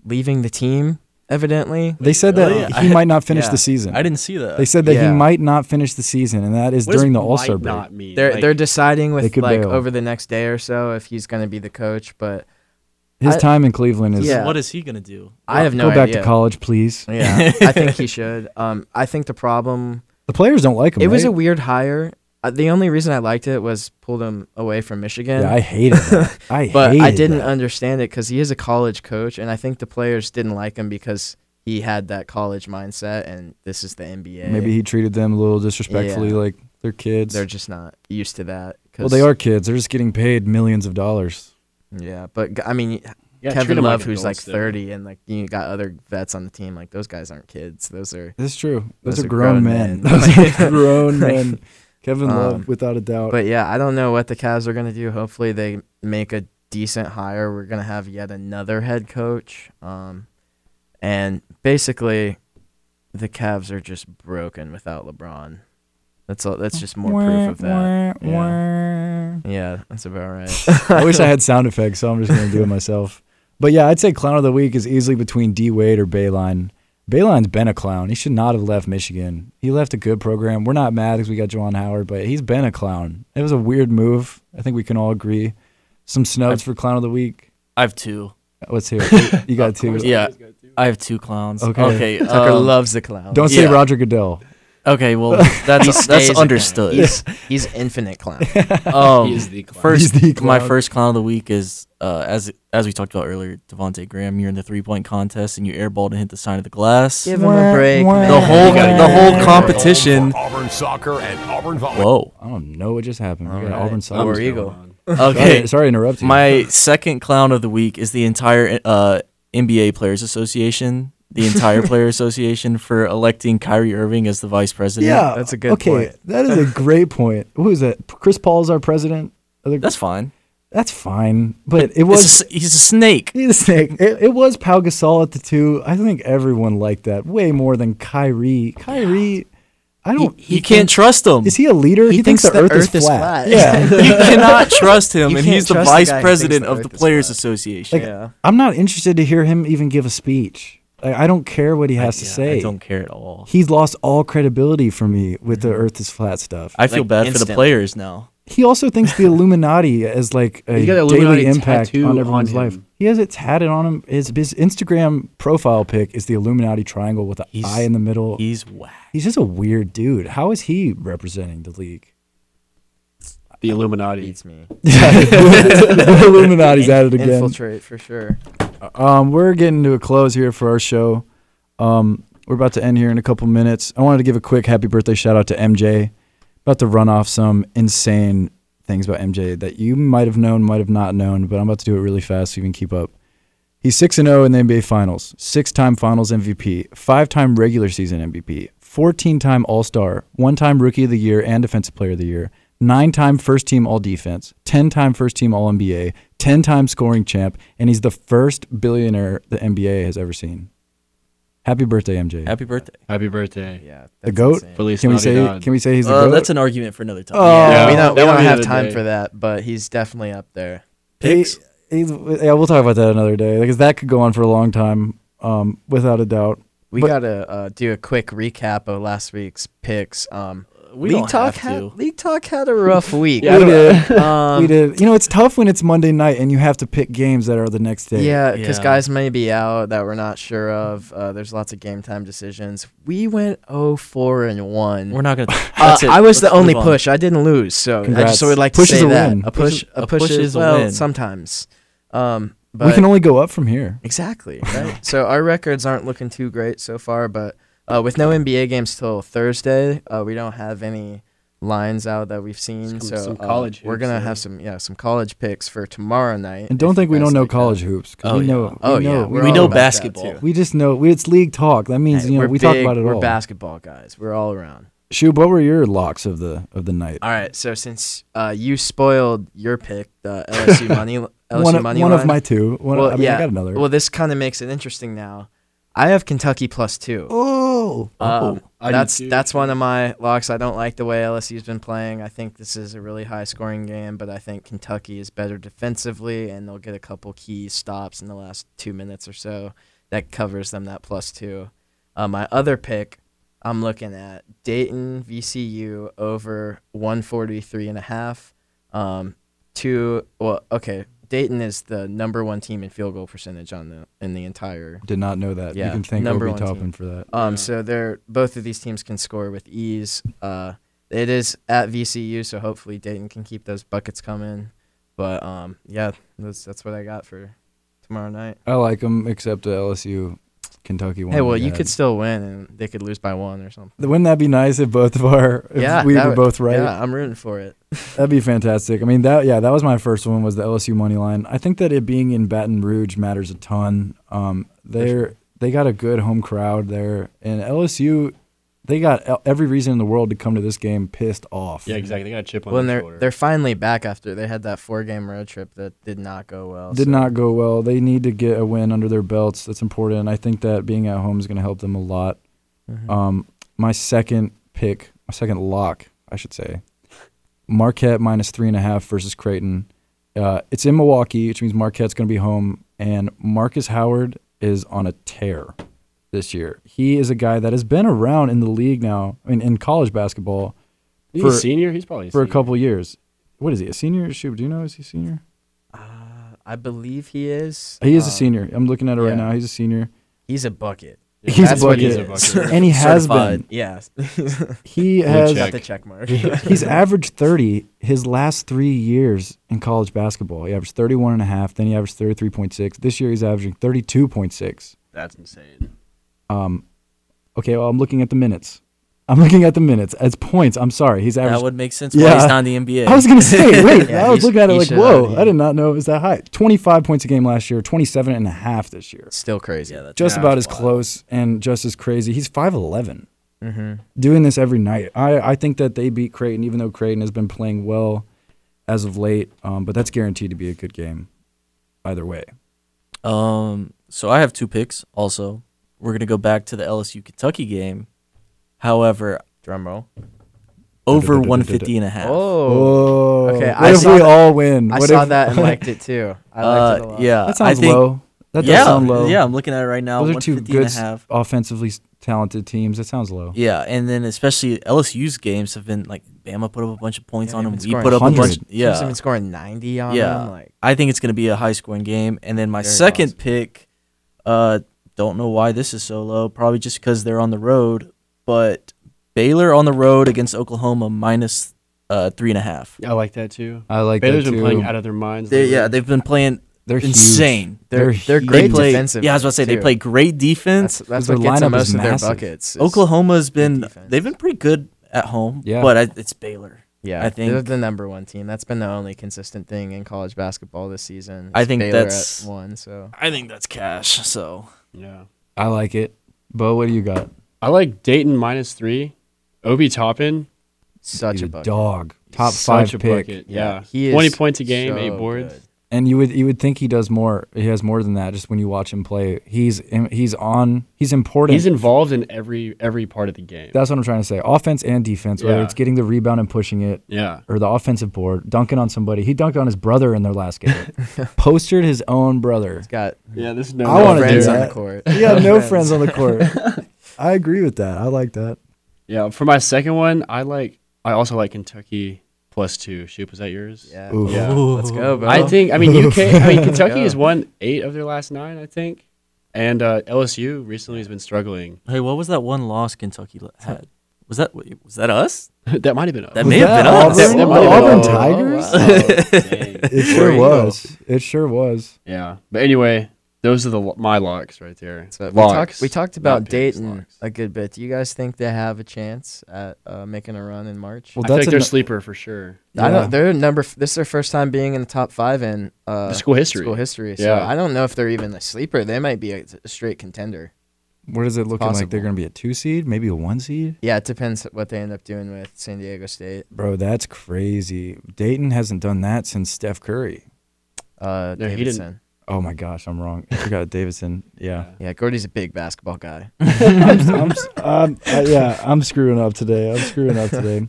Speaker 4: leaving the team, evidently.
Speaker 2: they said that
Speaker 5: Really?
Speaker 2: he
Speaker 5: I-
Speaker 2: might not finish
Speaker 4: yeah.
Speaker 2: the season.
Speaker 5: I didn't see that.
Speaker 2: They said that
Speaker 4: Yeah.
Speaker 2: he might not finish the season, and that is
Speaker 3: What does
Speaker 2: during the
Speaker 3: might
Speaker 2: All Star break.
Speaker 3: Not mean?
Speaker 4: They're
Speaker 3: Like,
Speaker 4: they're deciding
Speaker 2: They
Speaker 4: with
Speaker 2: could
Speaker 4: like
Speaker 2: bail.
Speaker 4: over the next day or so if he's going to be the coach, but
Speaker 2: His
Speaker 4: I-
Speaker 2: time in Cleveland is
Speaker 4: Yeah.
Speaker 5: What is he going to do?
Speaker 4: I have no
Speaker 2: go back
Speaker 4: idea.
Speaker 2: to college, please.
Speaker 4: Yeah, I think he should. Um, I think the problem
Speaker 2: The players don't like him.
Speaker 4: It was a
Speaker 2: right?
Speaker 4: weird hire. Uh, the only reason I liked it was pulled him away from Michigan.
Speaker 2: yeah. I hated. That. I
Speaker 4: but I
Speaker 2: hated
Speaker 4: didn't
Speaker 2: that.
Speaker 4: understand it because he is a college coach, and I think the players didn't like him because he had that college mindset, and this is the NBA.
Speaker 2: Maybe he treated them a little disrespectfully,
Speaker 4: Yeah.
Speaker 2: like they're kids.
Speaker 4: they're just not used to that. 'cause-
Speaker 2: well, they are kids. They're just getting paid millions of dollars.
Speaker 4: Yeah, but g- I mean,
Speaker 3: yeah, treat
Speaker 4: Kevin
Speaker 3: them
Speaker 4: Love,
Speaker 3: like
Speaker 4: who's like
Speaker 3: adults, though.
Speaker 4: thirty, and like you got other vets on the team. Like those guys aren't kids; those are
Speaker 2: That's true. Those,
Speaker 4: Those
Speaker 2: are
Speaker 4: are
Speaker 2: grown,
Speaker 4: grown
Speaker 2: men.
Speaker 4: men.
Speaker 2: Those are grown men. Kevin
Speaker 4: Um,
Speaker 2: Love, without a doubt.
Speaker 4: But yeah, I don't know what the Cavs are going to do. Hopefully, they make a decent hire. We're going to have yet another head coach. Um, and basically, the Cavs are just broken without LeBron. That's all. That's just more proof of that. Yeah, yeah that's about right.
Speaker 2: I wish I had sound effects, so I'm just gonna do it myself. But yeah, I'd say clown of the week is easily between D Wade or Bayline. Bayline's been a clown. He should not have left Michigan. He left a good program. We're not mad because we got Juwan Howard, but he's been a clown. It was a weird move. I think we can all agree. Some snubs for clown of the week.
Speaker 5: I have two.
Speaker 2: Let's hear it. You got two.
Speaker 5: Yeah, I have two clowns.
Speaker 2: Okay.
Speaker 5: Okay.
Speaker 4: Tucker
Speaker 5: um,
Speaker 4: loves the clown.
Speaker 2: Don't say
Speaker 5: Yeah.
Speaker 2: Roger Goodell.
Speaker 5: Okay. Well, that's
Speaker 4: stays a
Speaker 5: that's
Speaker 4: clown.
Speaker 5: understood.
Speaker 4: He's, he's infinite clown.
Speaker 5: Um,
Speaker 3: He is the clown.
Speaker 5: First,
Speaker 2: He's the
Speaker 5: my
Speaker 2: clown.
Speaker 5: first clown of the week is uh, as as we talked about earlier, Devonte Graham. You're in the three point contest and you airballed and hit the sign of the glass.
Speaker 4: Give him a break. man.
Speaker 5: The whole
Speaker 3: You gotta give
Speaker 5: the
Speaker 3: him a
Speaker 5: whole
Speaker 3: break.
Speaker 5: competition.
Speaker 6: Auburn soccer and Auburn volleyball.
Speaker 5: Whoa.
Speaker 2: I don't know what just happened. We
Speaker 4: All
Speaker 2: got
Speaker 4: right.
Speaker 2: Auburn
Speaker 4: Go
Speaker 2: Sox.
Speaker 4: Eagle.
Speaker 5: Okay.
Speaker 2: Sorry, sorry to interrupt you.
Speaker 5: My second clown of the week is the entire uh, NBA Players Association, the entire Player Association for electing Kyrie Irving as the vice president.
Speaker 2: yeah,
Speaker 4: that's a good
Speaker 2: okay,
Speaker 4: point.
Speaker 2: That is a great point. Who is that? Chris Paul is our president. Of the-
Speaker 5: that's fine.
Speaker 2: that's fine, but it
Speaker 5: It's a
Speaker 2: was
Speaker 5: s he's a snake.
Speaker 2: He's a snake. It, it was Pau Gasol at the two. I think everyone liked that way more than Kyrie. Kyrie, I
Speaker 5: You,
Speaker 2: don't.
Speaker 5: you can't trust him.
Speaker 2: Is he a leader?
Speaker 4: He thinks the Earth is flat.
Speaker 2: Yeah.
Speaker 5: you cannot trust him,
Speaker 4: You
Speaker 5: and
Speaker 4: can't
Speaker 5: he's the
Speaker 4: trust the
Speaker 5: vice
Speaker 4: guy who thinks
Speaker 5: president
Speaker 4: the
Speaker 5: of
Speaker 4: Earth
Speaker 5: the
Speaker 4: is
Speaker 5: Players
Speaker 4: flat.
Speaker 5: Association.
Speaker 4: Yeah.
Speaker 2: I'm not interested to hear him even give a speech. Like, I don't care what he has to
Speaker 5: Yeah,
Speaker 2: say.
Speaker 5: I don't care at all.
Speaker 2: He's lost all credibility for me with the Earth is flat stuff.
Speaker 5: I feel
Speaker 4: Like,
Speaker 5: bad for
Speaker 4: instantly.
Speaker 5: the players now.
Speaker 2: he also thinks the Illuminati as like a
Speaker 3: He's got an
Speaker 2: daily
Speaker 3: Illuminati
Speaker 2: impact
Speaker 3: tattoo
Speaker 2: on
Speaker 3: on
Speaker 2: everyone's
Speaker 3: him.
Speaker 2: life. He has it tatted on him. His, his Instagram profile pic is the Illuminati triangle with an
Speaker 5: He's-
Speaker 2: eye in the middle.
Speaker 5: He's whack.
Speaker 2: He's just a weird dude. How is he representing the league?
Speaker 3: the Illuminati.
Speaker 4: Beats me.
Speaker 2: the Illuminati's at it again.
Speaker 4: Infiltrate for sure.
Speaker 2: Um, we're getting to a close here for our show. Um, we're about to end here in a couple minutes. I wanted to give a quick happy birthday shout out to MJ. About to run off some insane things about MJ that you might have known, might have not known, but I'm about to do it really fast so you can keep up. He's 6 and 0 in the NBA Finals, six time Finals MVP, five time regular season MVP, 14 time All Star, one time Rookie of the Year and Defensive Player of the Year, nine time First Team All Defense, 10 time First Team All NBA, 10 time scoring champ, and he's the first billionaire the NBA has ever seen. Happy birthday, MJ.
Speaker 5: Happy birthday.
Speaker 3: Happy birthday.
Speaker 4: Yeah.
Speaker 2: the GOAT?
Speaker 3: Feliz
Speaker 2: Can we,
Speaker 3: Navidad.
Speaker 2: say, can we say he's the
Speaker 5: Uh,
Speaker 2: GOAT?
Speaker 5: that's an argument for another time.
Speaker 2: Oh.
Speaker 4: Yeah,
Speaker 3: Yeah,
Speaker 4: we don't, we
Speaker 3: that would
Speaker 4: don't
Speaker 3: be
Speaker 4: have
Speaker 3: the
Speaker 4: time
Speaker 3: day.
Speaker 4: for that, but he's definitely up there.
Speaker 5: Picks?
Speaker 2: He- he's- yeah, we'll talk about that another day because that could go on for a long time, um, without a doubt.
Speaker 4: We
Speaker 2: But-
Speaker 4: gotta uh, do a quick recap of last week's picks. Um,
Speaker 5: We
Speaker 4: League
Speaker 5: don't
Speaker 4: Talk
Speaker 5: have
Speaker 4: had
Speaker 5: to.
Speaker 4: League Talk had a rough week.
Speaker 2: we did.
Speaker 4: um,
Speaker 2: we did. You know, it's tough when it's Monday night and you have to pick games that are the next day.
Speaker 4: Yeah, because
Speaker 5: Yeah.
Speaker 4: guys may be out that we're not sure of. Uh, there's lots of game time decisions. We went 0 4 and 1.
Speaker 5: We're not gonna.
Speaker 4: Uh,
Speaker 5: That's it.
Speaker 4: I was
Speaker 5: Let's
Speaker 4: the only
Speaker 5: move on.
Speaker 4: push. I didn't lose, so I
Speaker 2: Congrats.
Speaker 4: just would like
Speaker 2: Push
Speaker 4: to
Speaker 2: is
Speaker 4: say
Speaker 2: a
Speaker 4: that
Speaker 2: win.
Speaker 4: a push, a push, is, a well,
Speaker 5: win.
Speaker 4: sometimes. Um, but
Speaker 2: we can only go up from here.
Speaker 4: Exactly. Right. so our records aren't looking too great so far, but uh, with no NBA games till Thursday, uh, we don't have any lines out that we've seen.
Speaker 3: Some-
Speaker 4: so
Speaker 3: some
Speaker 4: uh,
Speaker 3: college
Speaker 4: we're
Speaker 3: hoops,
Speaker 4: gonna
Speaker 3: yeah.
Speaker 4: have some yeah some college picks for tomorrow night.
Speaker 2: And don't
Speaker 4: if you
Speaker 2: think we
Speaker 4: guys
Speaker 2: don't know
Speaker 4: like that.
Speaker 2: college hoops 'cause
Speaker 5: Oh,
Speaker 2: we
Speaker 5: yeah.
Speaker 2: know.
Speaker 4: Oh
Speaker 2: we
Speaker 4: yeah,
Speaker 2: know,
Speaker 4: we're
Speaker 5: We
Speaker 4: all
Speaker 5: know
Speaker 4: about that,
Speaker 5: basketball.
Speaker 4: too.
Speaker 2: We just know. We, it's league talk. That means
Speaker 4: Hey,
Speaker 2: you know
Speaker 4: we're
Speaker 2: we talk
Speaker 4: big-
Speaker 2: about it
Speaker 4: We're
Speaker 2: all.
Speaker 4: basketball guys. We're all around.
Speaker 2: Shub, what were your locks of the of the night?
Speaker 4: All right. So since uh, you spoiled your pick, the LSU money LSU
Speaker 2: one of,
Speaker 4: money
Speaker 2: one of
Speaker 4: line-
Speaker 2: my two. One of, I mean, I got another.
Speaker 4: Well, this kind of makes it interesting now. I have Kentucky plus two.
Speaker 2: oh,
Speaker 4: Um,
Speaker 3: I do
Speaker 4: that's
Speaker 3: too.
Speaker 4: that's one of my locks. I don't like the way LSU's been playing. I think this is a really high scoring game, but I think Kentucky is better defensively, and they'll get a couple key stops in the last two minutes or so. That covers them that plus two. Uh, my other pick, I'm looking at Dayton VCU over 143 and a half. Um, two. Well, okay. Dayton is the number one team in field goal percentage on the in the entire
Speaker 2: did not know that. you
Speaker 4: yeah,
Speaker 2: can thank
Speaker 4: number
Speaker 2: Obi
Speaker 4: one team.
Speaker 2: Toppin for that.
Speaker 4: um,
Speaker 3: Yeah.
Speaker 4: so they're both of these teams can score with ease. Uh, it is at VCU, so hopefully Dayton can keep those buckets coming. But um, yeah, that's that's what I got for tomorrow night.
Speaker 2: I like them except the LSU, Kentucky one.
Speaker 4: hey,
Speaker 2: we
Speaker 4: well, you
Speaker 2: got.
Speaker 4: could still win, and they could lose by one or something.
Speaker 2: Wouldn't that be nice if both of our if
Speaker 4: yeah,
Speaker 2: we
Speaker 4: that
Speaker 2: were
Speaker 4: would-
Speaker 2: both right?
Speaker 4: Yeah, I'm rooting for it.
Speaker 2: That'd be fantastic. I mean, that yeah, that was my first one was the LSU money line. I think that it being in Baton Rouge matters a ton. Um, they're they got a good home crowd there, and LSU, they got e- every reason in the world to come to this game pissed off.
Speaker 3: Yeah, exactly. They got a chip on
Speaker 4: Well, and
Speaker 3: their
Speaker 4: they're
Speaker 3: shoulder.
Speaker 4: they're finally back after they had that four game road trip that did not go well.
Speaker 2: Did
Speaker 4: so-
Speaker 2: not go well. They need to get a win under their belts. That's important. I think that being
Speaker 3: Mm-hmm.
Speaker 2: at home is going to help them a lot.
Speaker 4: Mhm.
Speaker 2: Um, my second pick, my second lock I should say. Marquette minus three and a half versus Creighton. Uh, it's in Milwaukee, which means Marquette's going to be home. And Marcus Howard is on a tear this year. He is a guy that has been around in the league now, I mean, in college basketball
Speaker 3: He's
Speaker 2: For-
Speaker 3: a senior. He's probably a
Speaker 2: for a
Speaker 3: senior.
Speaker 2: couple years. What is he, a senior? Shub, do you know? Is he a senior?
Speaker 4: I believe he is.
Speaker 2: He is
Speaker 4: Uh,
Speaker 2: a senior. I'm looking at it
Speaker 4: yeah.
Speaker 2: right now. He's a senior.
Speaker 4: He's a bucket.
Speaker 2: He's
Speaker 4: That's
Speaker 2: a
Speaker 4: what
Speaker 2: bucket.
Speaker 4: he is,
Speaker 3: a bucket.
Speaker 2: and he has been.
Speaker 5: Certified.
Speaker 4: Yeah,
Speaker 2: He has.
Speaker 4: got the check mark.
Speaker 2: He's averaged 30 his last three years in college basketball. He averaged 31 and a half, then he averaged 33.6. This year he's averaging 32.6.
Speaker 3: That's insane.
Speaker 2: Okay, well, I'm looking at the minutes. I'm looking at the minutes. As points, I'm sorry. He's
Speaker 5: That
Speaker 2: averaged.
Speaker 5: would make sense why
Speaker 2: Yeah.
Speaker 5: he's not in the NBA.
Speaker 2: I was going to say, wait,
Speaker 4: Yeah,
Speaker 2: I was
Speaker 4: he
Speaker 2: looking at
Speaker 4: sh-
Speaker 2: it
Speaker 4: he
Speaker 2: like,
Speaker 4: should
Speaker 2: whoa,
Speaker 4: have,
Speaker 2: I did not know it was that high. 25 points a game last year, 27 and a half this year.
Speaker 4: Still crazy.
Speaker 5: yeah, that's
Speaker 2: Just
Speaker 5: not
Speaker 2: about as
Speaker 5: wild.
Speaker 2: close and just as crazy. He's 5'11. doing this every night. I, I think that they beat Creighton, even though Creighton has been playing well as of late. Um, but that's guaranteed to be a good game either way.
Speaker 5: Um, so I have two picks. Also, we're gonna go back to the LSU Kentucky game. However,
Speaker 4: Drum roll.
Speaker 5: over 150 and a half.
Speaker 4: Oh,
Speaker 2: Oh,
Speaker 4: Okay,
Speaker 2: What
Speaker 4: I
Speaker 2: if
Speaker 4: saw
Speaker 2: we
Speaker 4: that-
Speaker 2: all win?
Speaker 4: I
Speaker 2: What
Speaker 4: saw
Speaker 2: if-
Speaker 4: that and liked it too. I liked it a
Speaker 5: Uh,
Speaker 4: lot.
Speaker 5: yeah,
Speaker 2: that
Speaker 5: I
Speaker 2: sounds
Speaker 5: think,
Speaker 2: low. That does
Speaker 5: yeah,
Speaker 2: sound low.
Speaker 5: Yeah, I'm looking at it right now.
Speaker 2: those are two
Speaker 5: 150
Speaker 2: good,
Speaker 5: and a half.
Speaker 2: s- offensively s- talented teams. That sounds low.
Speaker 5: Yeah, and then especially LSU's games have been like Bama put up a bunch of points
Speaker 4: Yeah,
Speaker 5: on
Speaker 4: they've
Speaker 5: them.
Speaker 4: been
Speaker 5: We
Speaker 4: scoring
Speaker 5: put up a bunch.
Speaker 2: 100.
Speaker 4: Chiefs have
Speaker 5: Yeah,
Speaker 4: been scoring 90 on
Speaker 5: yeah.
Speaker 4: him. Like,
Speaker 5: I think it's going to be a high scoring game. And then my
Speaker 4: Very
Speaker 5: second
Speaker 4: possible.
Speaker 5: pick, uh, don't know why this is so low. Probably just because they're on the road. But Baylor on the road against Oklahoma minus uh, three and a half.
Speaker 3: I like that too.
Speaker 2: I like
Speaker 3: Baylor's
Speaker 2: that
Speaker 3: been
Speaker 2: too.
Speaker 3: playing out of their minds.
Speaker 5: They,
Speaker 3: lately.
Speaker 5: yeah, they've been playing
Speaker 2: They're huge.
Speaker 5: insane.
Speaker 4: they're
Speaker 2: They're
Speaker 4: they're
Speaker 2: huge.
Speaker 4: great
Speaker 5: They play,
Speaker 4: defensively.
Speaker 5: yeah, I was about to say they
Speaker 4: too.
Speaker 5: play great defense.
Speaker 4: That's, that's
Speaker 2: their
Speaker 4: what gets them
Speaker 2: lineup is
Speaker 4: most of their
Speaker 2: massive.
Speaker 4: buckets. is-
Speaker 5: Oklahoma's been
Speaker 4: defense.
Speaker 5: they've been pretty good at home.
Speaker 2: Yeah.
Speaker 5: but I, it's Baylor.
Speaker 4: Yeah, they're
Speaker 5: I think
Speaker 4: the number one team. That's been the only consistent thing in college basketball this season.
Speaker 5: I
Speaker 4: is
Speaker 5: think
Speaker 4: Baylor at
Speaker 5: that's-
Speaker 4: one. So
Speaker 5: I think that's cash. So
Speaker 3: yeah.
Speaker 2: I like it. Bo, what do you got?
Speaker 3: I like Dayton minus three. Obi Toppin,
Speaker 4: such
Speaker 2: He's
Speaker 4: a
Speaker 2: a
Speaker 4: bucket.
Speaker 2: dog. Top
Speaker 3: such
Speaker 2: five
Speaker 3: a
Speaker 2: pick.
Speaker 3: bucket. Yeah,
Speaker 4: he is
Speaker 3: twenty points a game,
Speaker 4: so
Speaker 3: eight boards.
Speaker 4: good.
Speaker 2: and you would you would think he does more. He has more than that. Just when you watch him play, he's he's on. He's important.
Speaker 3: He's involved in every every part of the game.
Speaker 2: That's what I'm trying to say. Offense and defense, whether
Speaker 3: Yeah.
Speaker 2: it's getting the rebound and pushing it,
Speaker 3: yeah,
Speaker 2: or the offensive board, dunking on somebody. He dunked on his brother in their last game. Postered his own brother.
Speaker 4: He's got
Speaker 3: yeah. This is no.
Speaker 2: I want to do
Speaker 4: friends on the
Speaker 2: that.
Speaker 4: court.
Speaker 2: He had no friends on the court. I agree with that. I like that.
Speaker 3: Yeah, for my second one, I like. I also like Kentucky plus two. Shoop, was that yours?
Speaker 4: Yeah,
Speaker 2: Ooh.
Speaker 3: Yeah.
Speaker 4: let's go, bro.
Speaker 3: I think. I mean, UK. I mean, Kentucky
Speaker 4: Yeah.
Speaker 3: has won eight of their last nine, I think, and uh, LSU recently has been struggling.
Speaker 5: hey, what was that one loss Kentucky le- had? Was that was that us?
Speaker 3: that might have been.
Speaker 5: That
Speaker 3: us.
Speaker 5: may
Speaker 2: Was
Speaker 5: have
Speaker 2: that
Speaker 5: been
Speaker 2: Auburn? The
Speaker 3: That
Speaker 5: us.
Speaker 3: might have been
Speaker 2: Auburn
Speaker 3: us.
Speaker 2: Tigers? It
Speaker 4: There
Speaker 2: sure
Speaker 4: you
Speaker 2: was. It sure was.
Speaker 3: Oh, yeah, but anyway, those are the lo- my locks right there.
Speaker 4: So we,
Speaker 3: locks.
Speaker 4: talked, we taled
Speaker 3: not
Speaker 4: about
Speaker 3: picks,
Speaker 4: Dayton
Speaker 3: locks.
Speaker 4: a good bit. Do you guys think they have a chance at uh, making a run in March?
Speaker 2: Well,
Speaker 3: I feel like
Speaker 2: a
Speaker 3: they're
Speaker 2: n-
Speaker 3: sleeper for sure.
Speaker 4: I
Speaker 2: yeah.
Speaker 4: don't. They're number. f- This is their first time being in the top five in uh,
Speaker 3: The school history.
Speaker 4: School history. So
Speaker 3: Yeah.
Speaker 4: I don't know if they're even a sleeper. They might be a, a straight contender.
Speaker 2: What is it looking like? They're
Speaker 4: possible.
Speaker 2: going to be a two seed, maybe a one seed.
Speaker 4: Yeah, it depends what they end up doing with San Diego State.
Speaker 2: Bro, that's crazy. Dayton hasn't done that since Steph Curry.
Speaker 4: Uh,
Speaker 3: No, he didn't-
Speaker 4: Davidson.
Speaker 2: Oh my gosh, I'm wrong. I forgot Davidson. Yeah.
Speaker 4: Yeah, Gordy's a big basketball guy.
Speaker 2: I'm, s- I'm, I, yeah, I'm screwing up today. I'm screwing up today.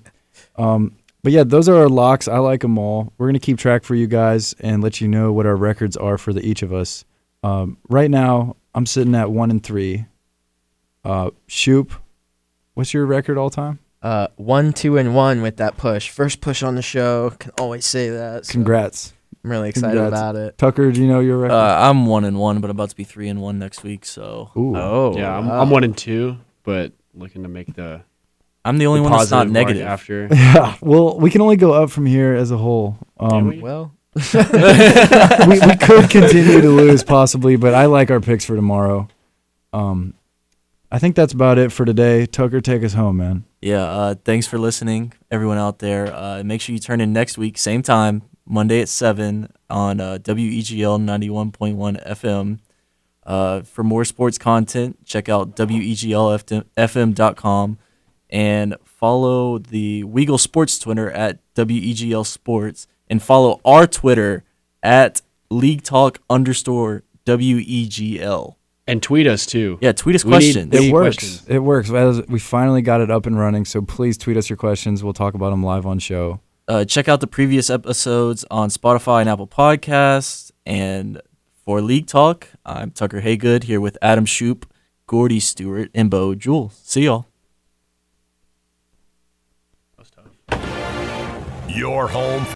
Speaker 2: Um, but yeah, those are our locks. I like them all. We're gonna keep track for you guys and let you know what our records are for the each of us. Um, right now, I'm sitting at one and three. Uh, Shoop, what's your record all time?
Speaker 4: Uh, one, two, and one with that push. First push on the show. Can always say that. so
Speaker 2: Congrats,
Speaker 4: I'm really excited
Speaker 2: Congrats.
Speaker 4: about it.
Speaker 2: Tucker. Do you know your record?
Speaker 5: Uh, I'm one and one, but about to be three and one next week. So
Speaker 2: Ooh,
Speaker 4: Oh,
Speaker 3: yeah, I'm,
Speaker 4: wow.
Speaker 3: I'm one and two, but looking to make the,
Speaker 5: I'm the only
Speaker 3: the
Speaker 5: one that's not
Speaker 3: positive mark
Speaker 5: negative.
Speaker 3: after.
Speaker 2: yeah. Well, we can only go up from here as a whole. Um,
Speaker 3: we?
Speaker 4: Well,
Speaker 2: we, we could continue to lose possibly, but I like our picks for tomorrow. Um, I think that's about it for today. Tucker, take us home, man.
Speaker 5: Yeah. Uh, thanks for listening, everyone out there. Uh, make sure you turn in next week, same time, Monday at seven on uh, WEGL ninety one point one FM. Uh, for more sports content, check out E weglfm.com and follow the Weagle Sports Twitter at WEGL Sports and follow our Twitter at League Talk underscore WEGL.
Speaker 3: And tweet us too.
Speaker 5: E Yeah, tweet us
Speaker 3: We need-
Speaker 5: questions.
Speaker 3: we
Speaker 2: It
Speaker 3: Any
Speaker 2: works.
Speaker 3: questions?
Speaker 2: It works. As we finally got it up and running, so please tweet us your questions. We'll talk about them live on show.
Speaker 5: Uh, check out the previous episodes on Spotify and Apple Podcasts. And for League Talk, I'm Tucker Haygood here with Adam Shoup, Gordy Stewart, and Bo Jewell. See y'all.
Speaker 6: Your home